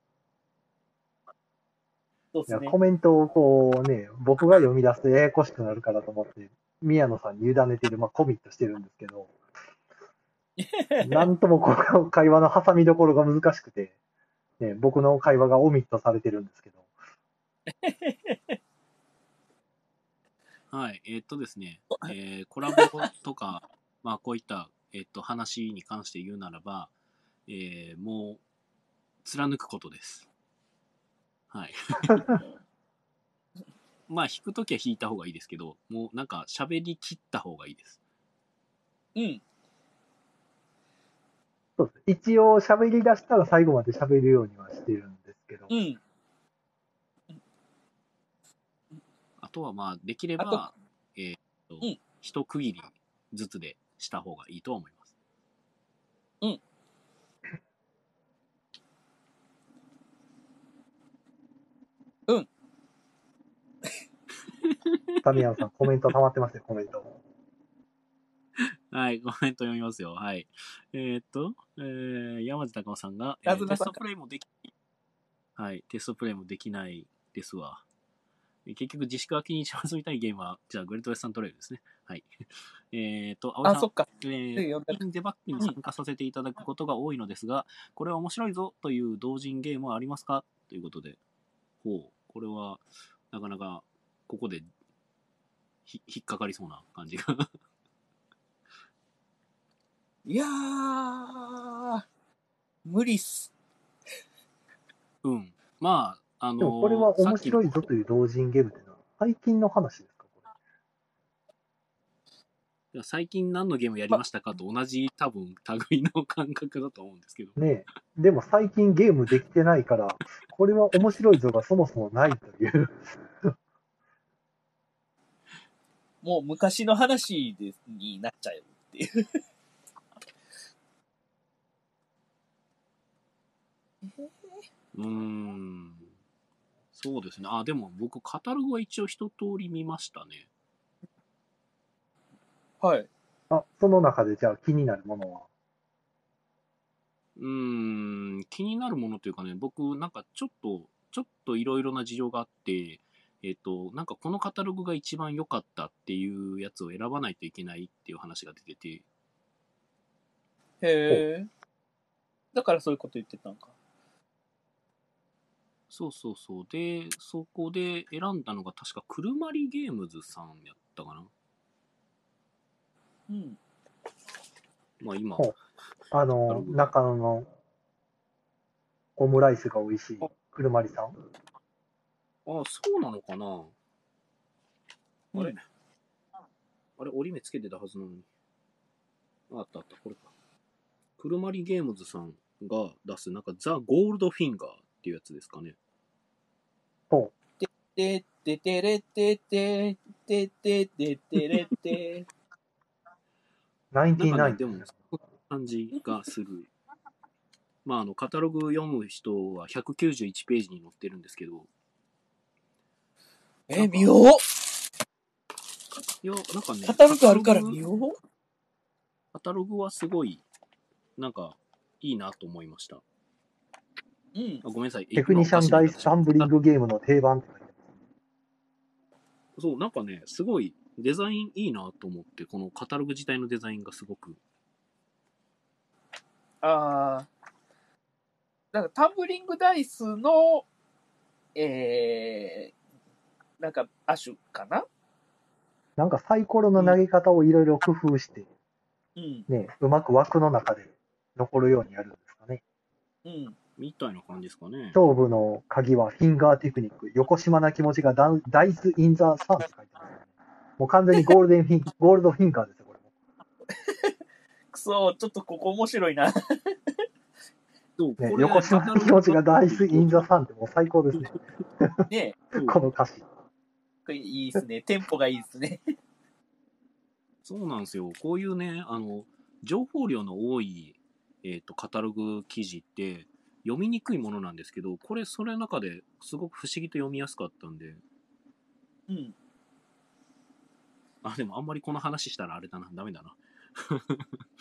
[SPEAKER 2] そうで
[SPEAKER 3] い
[SPEAKER 2] す
[SPEAKER 3] や
[SPEAKER 2] ね。
[SPEAKER 3] コメントをこうね、僕が読み出すとややこしくなるからと思って、宮野さんに委ねてる、まあコミットしてるんですけ ど、なんともこう会話の挟みどころが難しくて、ね、僕の会話がオミットされてるんですけど、
[SPEAKER 1] はい、えーっとですね、えーコラボとか、 まあこういった、えーっと話に関して言うならば、えーもう、貫くことです。 はい。まあ、引くときは引いた方がいいですけど、もうなんか喋り切った方がいいです。
[SPEAKER 2] うん。
[SPEAKER 3] そうです一応喋り出したら最後まで喋るようにはしてるんですけ ど、
[SPEAKER 2] うん。
[SPEAKER 1] あとはまあ、できれ
[SPEAKER 2] あ
[SPEAKER 1] ば、えーっと、
[SPEAKER 2] うん
[SPEAKER 1] 一区切りずつでした方がいいとは思います。
[SPEAKER 3] タミヤンさんコメント溜まってますよ、コメント。
[SPEAKER 1] はい、コメント読みますよ。はい。えーっと、えー、山地隆夫さんが、え
[SPEAKER 2] ラ
[SPEAKER 1] ー
[SPEAKER 2] ズ
[SPEAKER 1] テ
[SPEAKER 2] ナ
[SPEAKER 1] ス
[SPEAKER 2] さん
[SPEAKER 1] トプレイもでき、はい、テストプレイもできないですわ。え結局、自粛明けに一番遊びたいゲームは、じゃあ、グレートウェスタントレイルですね。はい。 えーっと、青井
[SPEAKER 2] あ、
[SPEAKER 1] さ
[SPEAKER 2] そ
[SPEAKER 1] ん
[SPEAKER 2] っ、か。
[SPEAKER 1] えー
[SPEAKER 2] 読んだ
[SPEAKER 1] オンラインデバッグに参加させていただくことが多いのですが、これは面白いぞという同人ゲームはありますかということで、ほう、これは、なかなか、ここでひ、引っかかりそうな感じが。
[SPEAKER 2] いやー、無理っす。
[SPEAKER 1] うん。まあ、あのー
[SPEAKER 3] でもこれは面白い
[SPEAKER 1] さ
[SPEAKER 3] ぞ
[SPEAKER 1] っき
[SPEAKER 3] という同人ゲームっていうのは、最近の話ですか、これ。
[SPEAKER 1] の最近何のゲームやりましたかと同じ多分、類の感覚だと思うんですけど。
[SPEAKER 3] ねえ、でも最近ゲームできてないから、これは面白いぞがそもそもないという。
[SPEAKER 2] もう昔の話ですになっちゃうっていう。
[SPEAKER 1] うーん。そうですね。あ、でも僕、カタログは一応一通り見ましたね。
[SPEAKER 2] はい。
[SPEAKER 3] あ、その中でじゃあ気になるものは。
[SPEAKER 1] うーん、気になるものというかね、僕、なんかちょっと、ちょっといろいろな事情があって、えっ、と、なんかこのカタログが一番良かったっていうやつを選ばないといけないっていう話が出てて、
[SPEAKER 2] へえ。だからそういうこと言ってたんか。
[SPEAKER 1] そうそうそう。で、そこで選んだのが確かくるまりゲームズさんやったかな。
[SPEAKER 2] うん。
[SPEAKER 1] まあ今、
[SPEAKER 3] ほあの、中野のオムライスが美味しい、くるまりさん。
[SPEAKER 1] あ、そうなのかなあれ、
[SPEAKER 2] うん
[SPEAKER 1] あれ、折り目つけてたはずなのに。ああったあった、これか。くるまりゲームズさんが出す、なんかザ・ゴールドフィンガーっていうやつですかね。
[SPEAKER 2] てっててれってて、てってててれって。
[SPEAKER 3] ナインテ
[SPEAKER 1] なんか
[SPEAKER 3] ィナイ
[SPEAKER 1] ね、
[SPEAKER 3] ン
[SPEAKER 1] でも、そんな感じがする。まあ、あの、カタログ読む人は191ページに載ってるんですけど、
[SPEAKER 2] え、見よう
[SPEAKER 1] いや、なんかね、
[SPEAKER 2] カタログあるから見
[SPEAKER 1] カタロ
[SPEAKER 2] よ
[SPEAKER 1] グカタログはすごいなんか、いいなと思いました。あ
[SPEAKER 2] うん。
[SPEAKER 1] ごめんなさい。
[SPEAKER 3] テクニシャン大スタンブリングゲームの定番って書いてある
[SPEAKER 1] そう、なんかね、すごいデザインいいなと思って、このカタログ自体のデザインがすごく。
[SPEAKER 2] ああ。なんかタンブリングダイスの、えー、なんか、亜種かな
[SPEAKER 3] なんかサイコロの投げ方をいろいろ工夫して、
[SPEAKER 2] うん。
[SPEAKER 3] ね、うまく枠の中で残るようにやるんですかね。
[SPEAKER 2] うん。
[SPEAKER 1] みたいな感じですかね。
[SPEAKER 3] 勝負の鍵はフィンガーテクニック、横島な気持ちがダンダイス・イン・ザ・サンって書いてます、ね。もう完全にゴールデンフィン、ゴールドフィンガーですよ、これも。
[SPEAKER 2] くそ、ちょっとここ面白いな。
[SPEAKER 1] そう、
[SPEAKER 3] ね、
[SPEAKER 1] ね
[SPEAKER 3] 横島な気持ちがダイス・イン・ザ・サンってもう最高ですね、
[SPEAKER 2] ね
[SPEAKER 1] そう
[SPEAKER 3] この歌詞。
[SPEAKER 2] いいですね。テンポがいいですね。
[SPEAKER 1] そうなんですよ。こういうね、あの、情報量の多い、えっ、と、カタログ記事って、読みにくいものなんですけど、これ、それの中ですごく不思議と読みやすかったんで、
[SPEAKER 2] うん。
[SPEAKER 1] あ、でもあんまりこの話したらあれだな、ダメだな。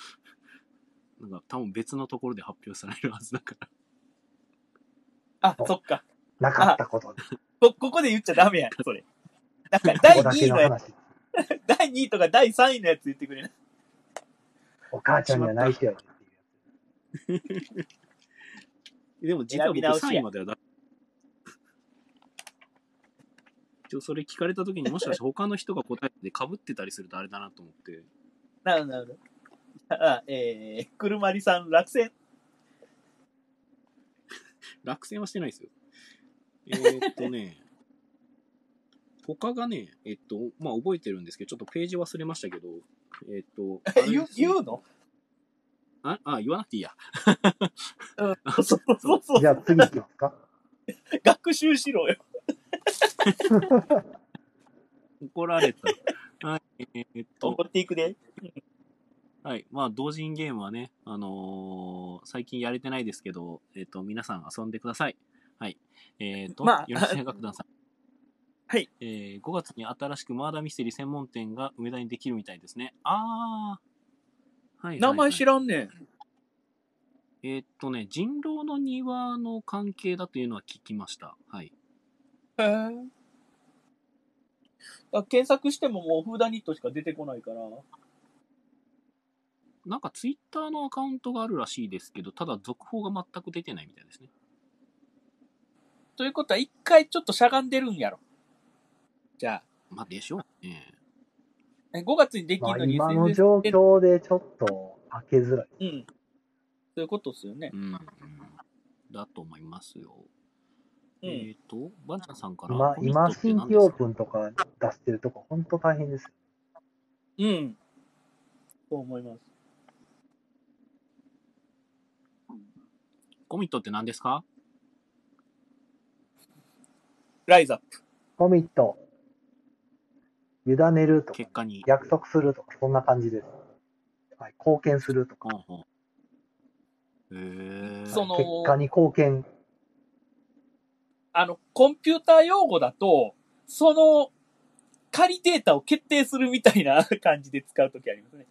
[SPEAKER 1] なんか、多分別のところで発表されるはずだから。
[SPEAKER 2] あ、そっか。
[SPEAKER 3] なかったことで、
[SPEAKER 2] こ、ここで言っちゃダメやん、それ。なんか、
[SPEAKER 3] こ
[SPEAKER 2] 第
[SPEAKER 3] こだ
[SPEAKER 2] 2
[SPEAKER 3] け
[SPEAKER 2] 位
[SPEAKER 3] の
[SPEAKER 2] のや
[SPEAKER 3] 話。
[SPEAKER 2] つ、第2位とか第3位のやつ言ってくれな。
[SPEAKER 3] お母ちゃんには内緒やでっていうや
[SPEAKER 1] でも実は
[SPEAKER 2] 選び
[SPEAKER 1] 僕
[SPEAKER 2] 直しや
[SPEAKER 1] 3位まではだ。一応それ聞かれた時にもしかして他の人が答えて被ってたりするとあれだなと思って。
[SPEAKER 2] なるほど、なるほど。あ、えー、車りさん落選。
[SPEAKER 1] 落選はしてないですよ。えーっとね、 他がね、えっと、まあ覚えてるんですけど、ちょっとページ忘れましたけど、えっと、あれです
[SPEAKER 2] 言
[SPEAKER 1] ね、
[SPEAKER 2] う言うの
[SPEAKER 1] ああ、言わなくていいや。
[SPEAKER 2] そうそうそう
[SPEAKER 3] つ。じゃあ次行きますか。
[SPEAKER 2] 学習しろよ。
[SPEAKER 1] 怒られ た。はい、えーっと、
[SPEAKER 2] 怒っていくで。
[SPEAKER 1] はい。まあ、同人ゲームはね、あのー最近やれてないですけど、えっ、と、皆さん遊んでください。はい。えっ、と、
[SPEAKER 2] まあ
[SPEAKER 1] よろしく楽団さん。
[SPEAKER 2] はい。
[SPEAKER 1] えー、5月に新しくマーダーミステリー専門店が梅田にできるみたいですね。あー。はいはいはい、
[SPEAKER 2] 名前知らんねん。
[SPEAKER 1] えっ、とね、人狼の庭の関係だというのは聞きました。はい。
[SPEAKER 2] へーあ検索してももうフーダニットしか出てこないから。
[SPEAKER 1] なんかツイッターのアカウントがあるらしいですけど、ただ続報が全く出てないみたいですね。
[SPEAKER 2] ということは一回ちょっとしゃがんでるんやろ。じゃ
[SPEAKER 1] まあ、でしょうね。
[SPEAKER 2] あ、5月にでき
[SPEAKER 3] ま
[SPEAKER 2] る
[SPEAKER 3] あ、
[SPEAKER 2] のに
[SPEAKER 3] 今の状
[SPEAKER 2] 全然
[SPEAKER 3] 況でちょっと開けづらい。
[SPEAKER 2] うん。そういうことっすよね
[SPEAKER 1] う。ん。だと思いますよ。
[SPEAKER 2] うん
[SPEAKER 1] えっ、と、バンちゃんさんから。
[SPEAKER 3] 今、
[SPEAKER 1] コミット
[SPEAKER 3] 今、
[SPEAKER 1] って
[SPEAKER 3] 新
[SPEAKER 1] 何
[SPEAKER 3] 規
[SPEAKER 1] です
[SPEAKER 3] オー
[SPEAKER 1] か
[SPEAKER 3] プンとか出してるとこ、本当大変です。
[SPEAKER 2] うん。そう思います。
[SPEAKER 1] コミットって何ですか
[SPEAKER 2] ライザップ。
[SPEAKER 3] コミット、委ねるとか
[SPEAKER 1] 結、果に。
[SPEAKER 3] 約束するとか、そんな感じです。はい、貢献するとか、
[SPEAKER 1] ほんほん。へえ。
[SPEAKER 2] その
[SPEAKER 3] 結果に貢献、
[SPEAKER 2] あの、コンピューター用語だと、その、仮データを決定するみたいな感じで使うときありますね。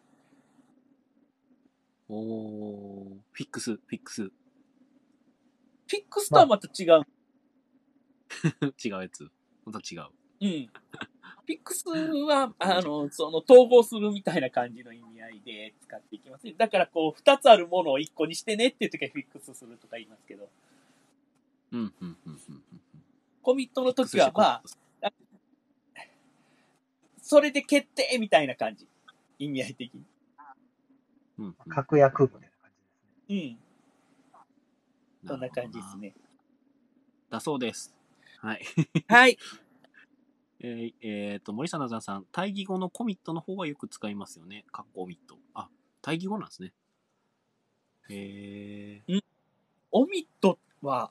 [SPEAKER 1] おーフィックス、フィックス。
[SPEAKER 2] フィックスとはまた違う。
[SPEAKER 1] 違うやつ。また違う。
[SPEAKER 2] うん。ピックスは、あの、その、統合するみたいな感じの意味合いで使っていきますね。だから、こう、二つあるものを一個にしてねっていう時はフィックスするとか言いますけど、
[SPEAKER 1] うん、うん、うん、うん。
[SPEAKER 2] コミットの
[SPEAKER 1] そ
[SPEAKER 2] 時は、まあ、、それで決定みたいな感じ。意味合い的
[SPEAKER 1] うんうん、
[SPEAKER 3] 確約みたいな感じですね。
[SPEAKER 2] に。う
[SPEAKER 1] る
[SPEAKER 2] ん。そ
[SPEAKER 1] ほ
[SPEAKER 2] ん
[SPEAKER 1] ど
[SPEAKER 2] な感じです。ね。
[SPEAKER 1] だそうです。はい。
[SPEAKER 2] はい。
[SPEAKER 1] えーえーと、森さなざんさん、対義語のコミットの方がよく使いますよね。カッコミット。あ、対義語なんですね。へえ。
[SPEAKER 2] オミットは、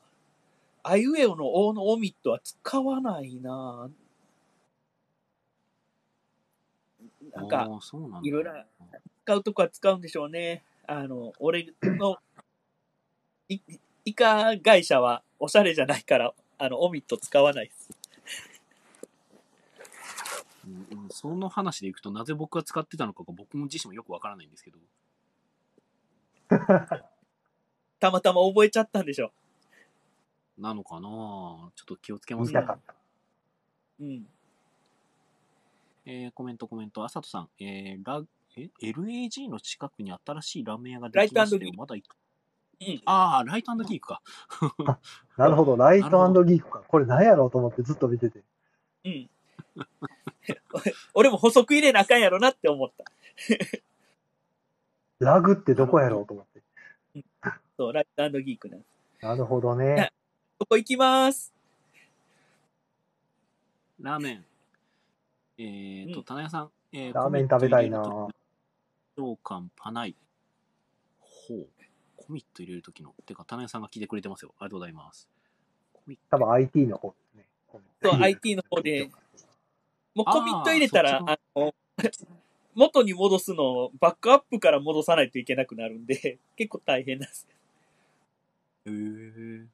[SPEAKER 2] アイウェオの王のオミットは使わないなぁなんか
[SPEAKER 1] あ、ー、そうなんだ
[SPEAKER 2] いろいろ使うとこは使うんでしょうね。あの、俺の、い、イカ会社はおしゃれじゃないから、あの、オミット使わないです。
[SPEAKER 1] うんうんその話でいくと、なぜ僕が使ってたのかが僕も自身もよくわからないんですけど。
[SPEAKER 2] たまたま覚えちゃったんでしょ。
[SPEAKER 1] なのかなちょっと気をつけま
[SPEAKER 3] 見
[SPEAKER 1] すね
[SPEAKER 3] た。かった。
[SPEAKER 2] うん。
[SPEAKER 1] えーコメントコメント、あさとさん、えーラえ LAG の近くに新しいラーメン屋ができました
[SPEAKER 2] ライ
[SPEAKER 1] よ。まだ行く。
[SPEAKER 2] うん。
[SPEAKER 1] ああ、ライトギークか。
[SPEAKER 3] なるほど、ライ
[SPEAKER 1] なるほど
[SPEAKER 3] トギークか。これ何やろうと思ってずっと見てて。
[SPEAKER 2] うん。俺も補足入れなあかんやろなって思った。
[SPEAKER 3] ラグってどこやろうと思って。
[SPEAKER 2] そう、ライトギークなんです。
[SPEAKER 3] なるほどね。
[SPEAKER 2] そこ行きます。
[SPEAKER 1] ラーメン。えっ、と、
[SPEAKER 2] うん
[SPEAKER 1] 棚屋さん。え
[SPEAKER 3] ラーメン食べたいな
[SPEAKER 1] コミット入れるとき。感パない。ほう。コミット入れるときの。てか、棚屋さんが聞いてくれてますよ。ありがとうございます。コミッ
[SPEAKER 3] 多分 IT の方ですね。
[SPEAKER 2] そう IT の方で。もうコミット入れたら、
[SPEAKER 1] あー
[SPEAKER 2] あの、元に戻すのをバックアップから戻さないといけなくなるんで、 結構大変なんです。
[SPEAKER 1] ト。へー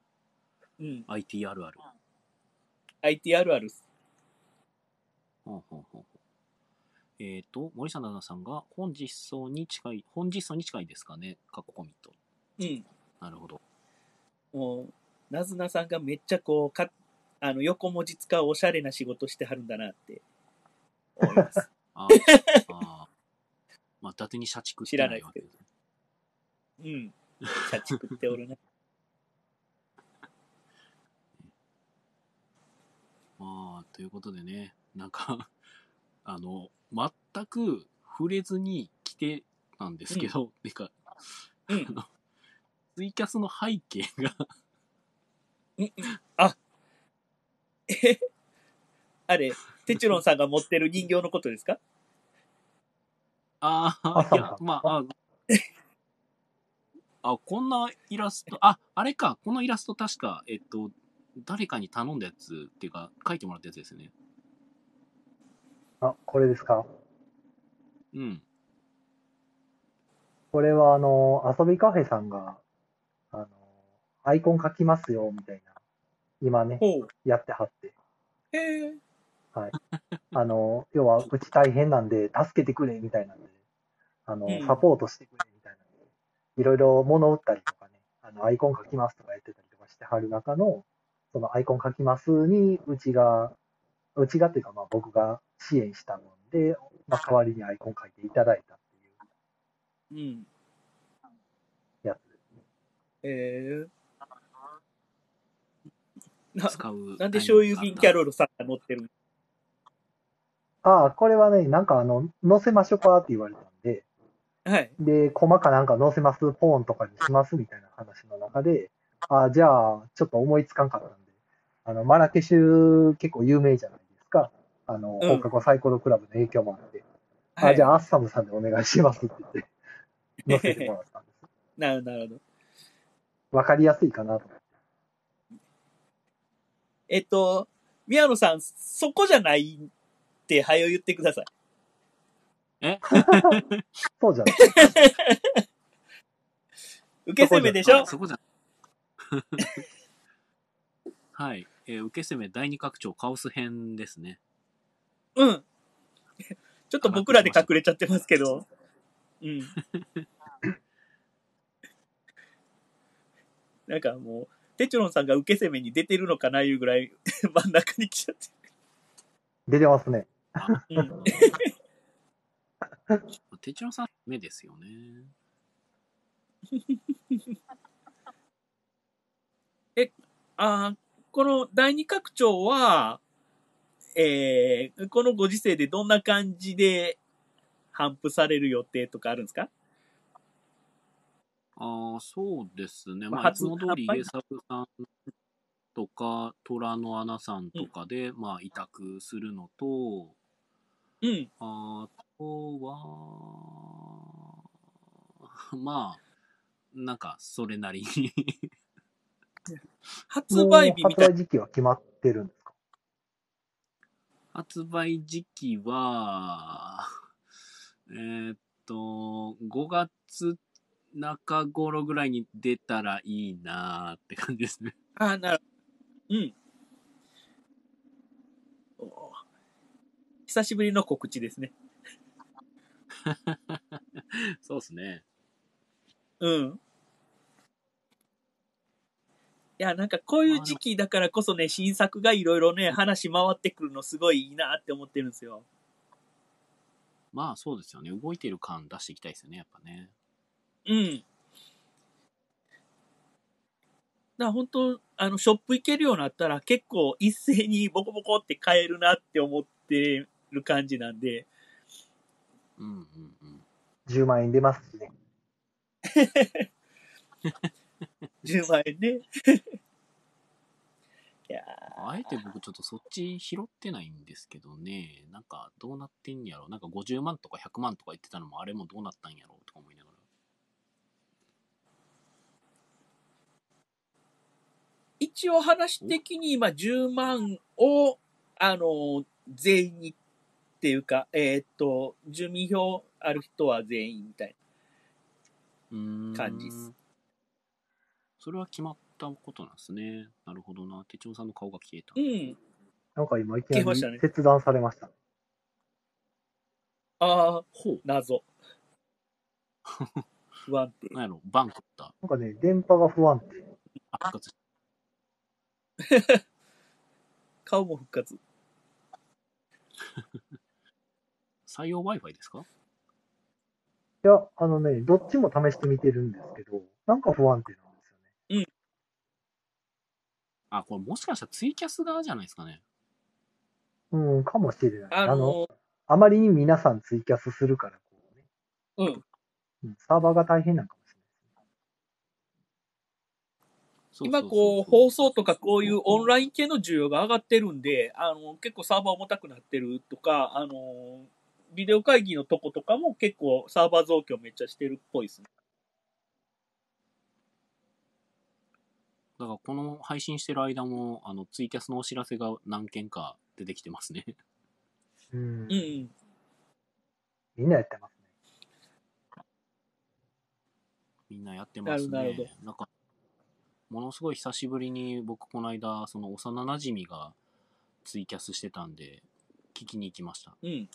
[SPEAKER 2] うん。
[SPEAKER 1] IT あるある。
[SPEAKER 2] IT あるあるっす。
[SPEAKER 1] ほうほうほうほうえっ、と、森下奈々さんが、本実装に近い、本実装に近いですかね。過去コミット。
[SPEAKER 2] うん。
[SPEAKER 1] なるほど。
[SPEAKER 2] もう、なずなさんがめっちゃこう、かあの横文字使うおしゃれな仕事してはるんだなって思います。
[SPEAKER 1] ああー。まあ、伊達に社畜って
[SPEAKER 2] 知らないですけど
[SPEAKER 1] わけですね
[SPEAKER 2] うん。社畜っておるな。
[SPEAKER 1] まあ、ということでね、なんか、 あの、全く触れずに来てたんですけど、てか、
[SPEAKER 2] うん
[SPEAKER 1] あのツイキャスの背景が、
[SPEAKER 2] あれ、テチュロンさんが持ってる人形のことですか
[SPEAKER 1] ああ、い や、まあ、あ、あ、こんなイラスト、あ、あれか、このイラスト確か、えっと、誰かに頼んだやつっていうか、書いてもらったやつですよね。
[SPEAKER 3] あ、これですか。
[SPEAKER 1] うん。
[SPEAKER 3] これはあの、遊びカフェさんが、あの、アイコン書きますよ、みたいな。今ね、
[SPEAKER 2] ほう。
[SPEAKER 3] やってはって。
[SPEAKER 2] へえ。
[SPEAKER 3] あの、要は、うち大変なんで、助けてくれ、みたいなんで、あの
[SPEAKER 2] うん、
[SPEAKER 3] サポートしてくれ、みたいなんで、いろいろ物売ったりとかね、あの、アイコン書きますとかやってたりとかしてはる中の、そのアイコン書きますに、うちが、うちがっていうか、まあ僕が支援したもんで、まあ代わりにアイコン書いていただいたってい
[SPEAKER 2] うん。
[SPEAKER 3] うやつですね。
[SPEAKER 2] へえ。な、
[SPEAKER 1] 使う。
[SPEAKER 2] なんで醤油瓶キャロルさんが乗ってる
[SPEAKER 3] ああ、これはね、なんかあの、載せましょうかって言われたんで、
[SPEAKER 2] はい。
[SPEAKER 3] で、コマかなんか載せます、ポーンとかにしますみたいな話の中で、あじゃあ、ちょっと思いつかんかったんで、あの、マラケシュ結構有名じゃないですか。あの、
[SPEAKER 2] うん
[SPEAKER 3] 放課後サイコロクラブの影響もあって、
[SPEAKER 2] は
[SPEAKER 3] あ
[SPEAKER 2] い
[SPEAKER 3] じゃあ、アッサムさんでお願いしますって 言って、載せてもらったんです。
[SPEAKER 2] なるほどなるほど。
[SPEAKER 3] わかりやすいかなと思って。
[SPEAKER 2] えっと、宮野さん、そこじゃないって、はよ言ってください。
[SPEAKER 3] そうじゃない。
[SPEAKER 2] 受け攻めでしょ
[SPEAKER 1] あそこじゃ。 はい、えー受け攻め第二拡張カオス編ですね。
[SPEAKER 2] うん。 ちょっと僕らで隠れちゃってますけど。うん。 なんかもう、テチョロンさんが受け攻めに出てるのかないうぐらい 真ん中に来ちゃって
[SPEAKER 3] 出てますね。
[SPEAKER 2] る。うん。
[SPEAKER 1] 手帳さん目ですよね。
[SPEAKER 2] あーこの第二拡張は、えー、このご時世でどんな感じで反布される予定とかあるんですか
[SPEAKER 1] ああ、そうですね。まあ、い
[SPEAKER 2] 初
[SPEAKER 1] つも通り
[SPEAKER 2] 販売
[SPEAKER 1] 家作さんとか、虎の穴さんとかで、まあ、委託するのと、
[SPEAKER 2] うん。
[SPEAKER 1] あとは、 まあ、なんか、それなりに
[SPEAKER 2] 発売日
[SPEAKER 3] もう
[SPEAKER 2] みたい
[SPEAKER 3] 発売時期は決まってるんですか
[SPEAKER 1] 発売時期は、えーっと、5月中頃ぐらいに出たらいいなーって感じですね。
[SPEAKER 2] ああ、なるうん。おー久しぶりの告知ですね。
[SPEAKER 1] そうですね。
[SPEAKER 2] うん。いや、なんかこういう時期だからこそね、新作がいろいろね、話回ってくるのすごいいいなって思ってるんですよ。
[SPEAKER 1] まあそうですよね。動いてる感出していきたいですよね、やっぱね。
[SPEAKER 2] うん。だから本当、あの、ショップ行けるようになったら結構一斉にボコボコって買えるなって思ってる感じなんで。
[SPEAKER 1] うんうんうん。
[SPEAKER 3] 10万円出ますしね。
[SPEAKER 2] 10万円ね。いや
[SPEAKER 1] あえて僕ちょっとそっち拾ってないんですけどね。なんかどうなってんやろ。なんか50万とか100万とか言ってたのもあれもどうなったんやろとか思いながら。
[SPEAKER 2] 一応話的に今10万を、あの、全員にっていうか、えーっと、住民票ある人は全員みたいな。
[SPEAKER 1] うーん。
[SPEAKER 2] 感じっす。
[SPEAKER 1] それは決まったことなんですね。なるほどな。手帳さんの顔が消えた。
[SPEAKER 2] うん。
[SPEAKER 3] なんか今、いき
[SPEAKER 2] 消え
[SPEAKER 3] な
[SPEAKER 2] ました
[SPEAKER 3] り
[SPEAKER 2] ね
[SPEAKER 3] 切断されました。
[SPEAKER 2] ああ、
[SPEAKER 1] ほう。
[SPEAKER 2] 謎。不安定。
[SPEAKER 1] なんやろ、バン食った。
[SPEAKER 3] なんかね、電波が不安定。
[SPEAKER 1] あ、復活し
[SPEAKER 2] 顔も復活。
[SPEAKER 1] 採用 Wi-Fi ですか
[SPEAKER 3] いや、あのね、どっちも試してみてるんですけど、なんか不安定なんですよね。
[SPEAKER 1] あ、これもしかしたらツイキャス側じゃないですかね。
[SPEAKER 3] うん、かもしれない。
[SPEAKER 2] あ
[SPEAKER 3] あの、
[SPEAKER 2] の、
[SPEAKER 3] あまりに皆さんツイキャスするから、こうね、
[SPEAKER 2] うん。
[SPEAKER 3] うんサーバーが大変なんかもしれ
[SPEAKER 1] そうそう
[SPEAKER 2] 今
[SPEAKER 1] そう
[SPEAKER 2] こう、放送とかこういうオンライン系の需要が上がってるんで、あの、結構サーバー重たくなってるとか、あの、ビデオ会議のとことかも結構サーバー増強めっちゃしてるっぽいですね。
[SPEAKER 1] だからこの配信してる間も、あの、ツイキャスのお知らせが何件か出てきてますね。
[SPEAKER 3] ない。うん。
[SPEAKER 2] うんうん。
[SPEAKER 3] みんなやってますね。
[SPEAKER 1] みんなやってます
[SPEAKER 2] なるほ
[SPEAKER 1] ね。なんか、ものすごい久しぶりに僕この間、その幼馴染がツイキャスしてたんで、聞きに行きました。
[SPEAKER 2] うん。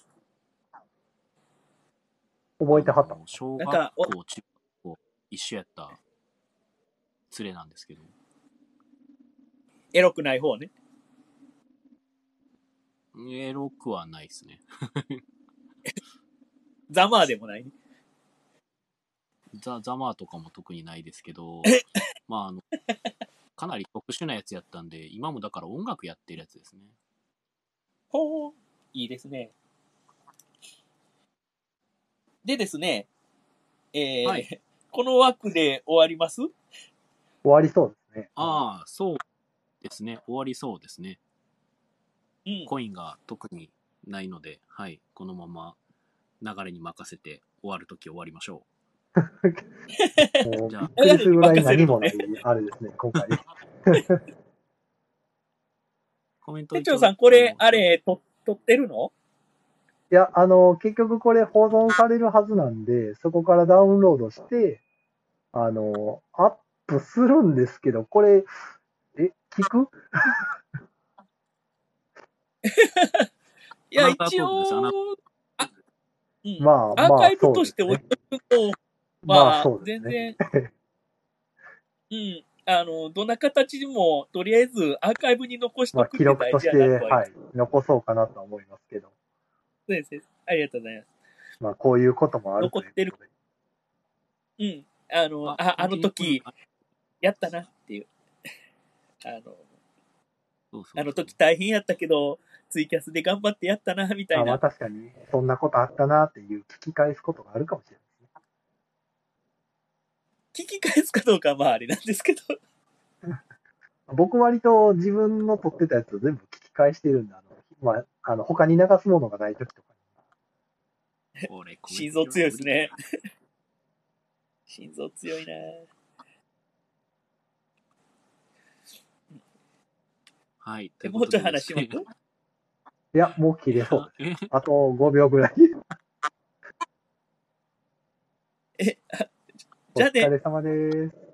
[SPEAKER 3] 覚えてはった
[SPEAKER 1] あ。の小
[SPEAKER 2] なん
[SPEAKER 1] 学
[SPEAKER 2] かお
[SPEAKER 1] 校、中学校、一緒やった連れなんですけど。
[SPEAKER 2] エロくない方ね。
[SPEAKER 1] エロくはないですね。
[SPEAKER 2] ざまあでもないね。
[SPEAKER 1] ザ・ザマーとかも特にないですけ ど、まあ、あの、かなり特殊なやつやったんで、今もだから音楽やってるやつですね。
[SPEAKER 2] ほう。いいですね。でですね、えー
[SPEAKER 1] はい
[SPEAKER 2] この枠で終わります
[SPEAKER 3] 終わりそうですね。
[SPEAKER 1] ああ、そうですね。終わりそうですね。
[SPEAKER 2] うん。
[SPEAKER 1] コインが特にないので、はい、このまま流れに任せて終わるとき終わりましょ
[SPEAKER 3] もう、
[SPEAKER 1] じ
[SPEAKER 3] び
[SPEAKER 1] ゃあ
[SPEAKER 3] っくりするぐらい何もない、あれですね、今回。
[SPEAKER 1] う。コメント
[SPEAKER 2] 店長さん、これ、あ
[SPEAKER 1] れ
[SPEAKER 2] れ、と、撮ってるの
[SPEAKER 3] いや、あの、結局これ保存されるはずなんで、そこからダウンロードして、あの、アップするんですけど、これ、え、聞く
[SPEAKER 2] いや、
[SPEAKER 1] アナザー
[SPEAKER 2] 一
[SPEAKER 1] トークですアナ
[SPEAKER 2] 応、あ、うん。
[SPEAKER 3] まあ、
[SPEAKER 2] アー
[SPEAKER 3] ま
[SPEAKER 2] カ
[SPEAKER 3] あ
[SPEAKER 2] イ、ブ
[SPEAKER 3] そう
[SPEAKER 2] と
[SPEAKER 3] で
[SPEAKER 2] し
[SPEAKER 3] す
[SPEAKER 2] て置い
[SPEAKER 3] ね。
[SPEAKER 2] とくと、
[SPEAKER 3] ま
[SPEAKER 2] ま
[SPEAKER 3] あ、
[SPEAKER 2] あ
[SPEAKER 3] そ、うです
[SPEAKER 2] 全
[SPEAKER 3] ね。
[SPEAKER 2] 然、うん。あの、どんな形でも、とりあえずアーカイブに残し
[SPEAKER 3] ま
[SPEAKER 2] と
[SPEAKER 3] あ、
[SPEAKER 2] くっ
[SPEAKER 3] 記
[SPEAKER 2] て
[SPEAKER 3] 録
[SPEAKER 2] 大
[SPEAKER 3] と
[SPEAKER 2] 事や
[SPEAKER 3] して、
[SPEAKER 2] なとは思
[SPEAKER 3] はい、残そうかなとは思いますけど、
[SPEAKER 2] います。そうです。ありがとうございます。
[SPEAKER 3] まあ、こういうこともあると
[SPEAKER 2] 残
[SPEAKER 3] いう
[SPEAKER 2] ってる
[SPEAKER 3] ことで。
[SPEAKER 2] うん。あの、ああの時、やったなっていう。あの、
[SPEAKER 1] そうそう
[SPEAKER 2] あの時大変やったけど、ツイキャスで頑張ってやったな、みた
[SPEAKER 3] あ
[SPEAKER 2] い
[SPEAKER 3] まあ、
[SPEAKER 2] な。
[SPEAKER 3] 確かに、そんなことあったなっていう聞き返すことがあるかもしれないですね。
[SPEAKER 2] 聞き返すかどうかはまああれなんですけど。
[SPEAKER 3] 僕割と自分の撮ってたやつを全部聞き返してるんで、あの、まあ、あの、他に流すものがない時とか
[SPEAKER 1] 俺コメント
[SPEAKER 2] 心臓強いですね。心臓強いな
[SPEAKER 1] はい。
[SPEAKER 2] でもうちょい話し
[SPEAKER 1] と
[SPEAKER 2] ま
[SPEAKER 1] い
[SPEAKER 2] す
[SPEAKER 1] うことで
[SPEAKER 3] に。いや、もう切れそう。
[SPEAKER 1] ですねえ
[SPEAKER 3] あと5秒ぐらい。
[SPEAKER 2] え、
[SPEAKER 3] お
[SPEAKER 2] じゃあ
[SPEAKER 3] 疲
[SPEAKER 2] ね
[SPEAKER 3] れ様です。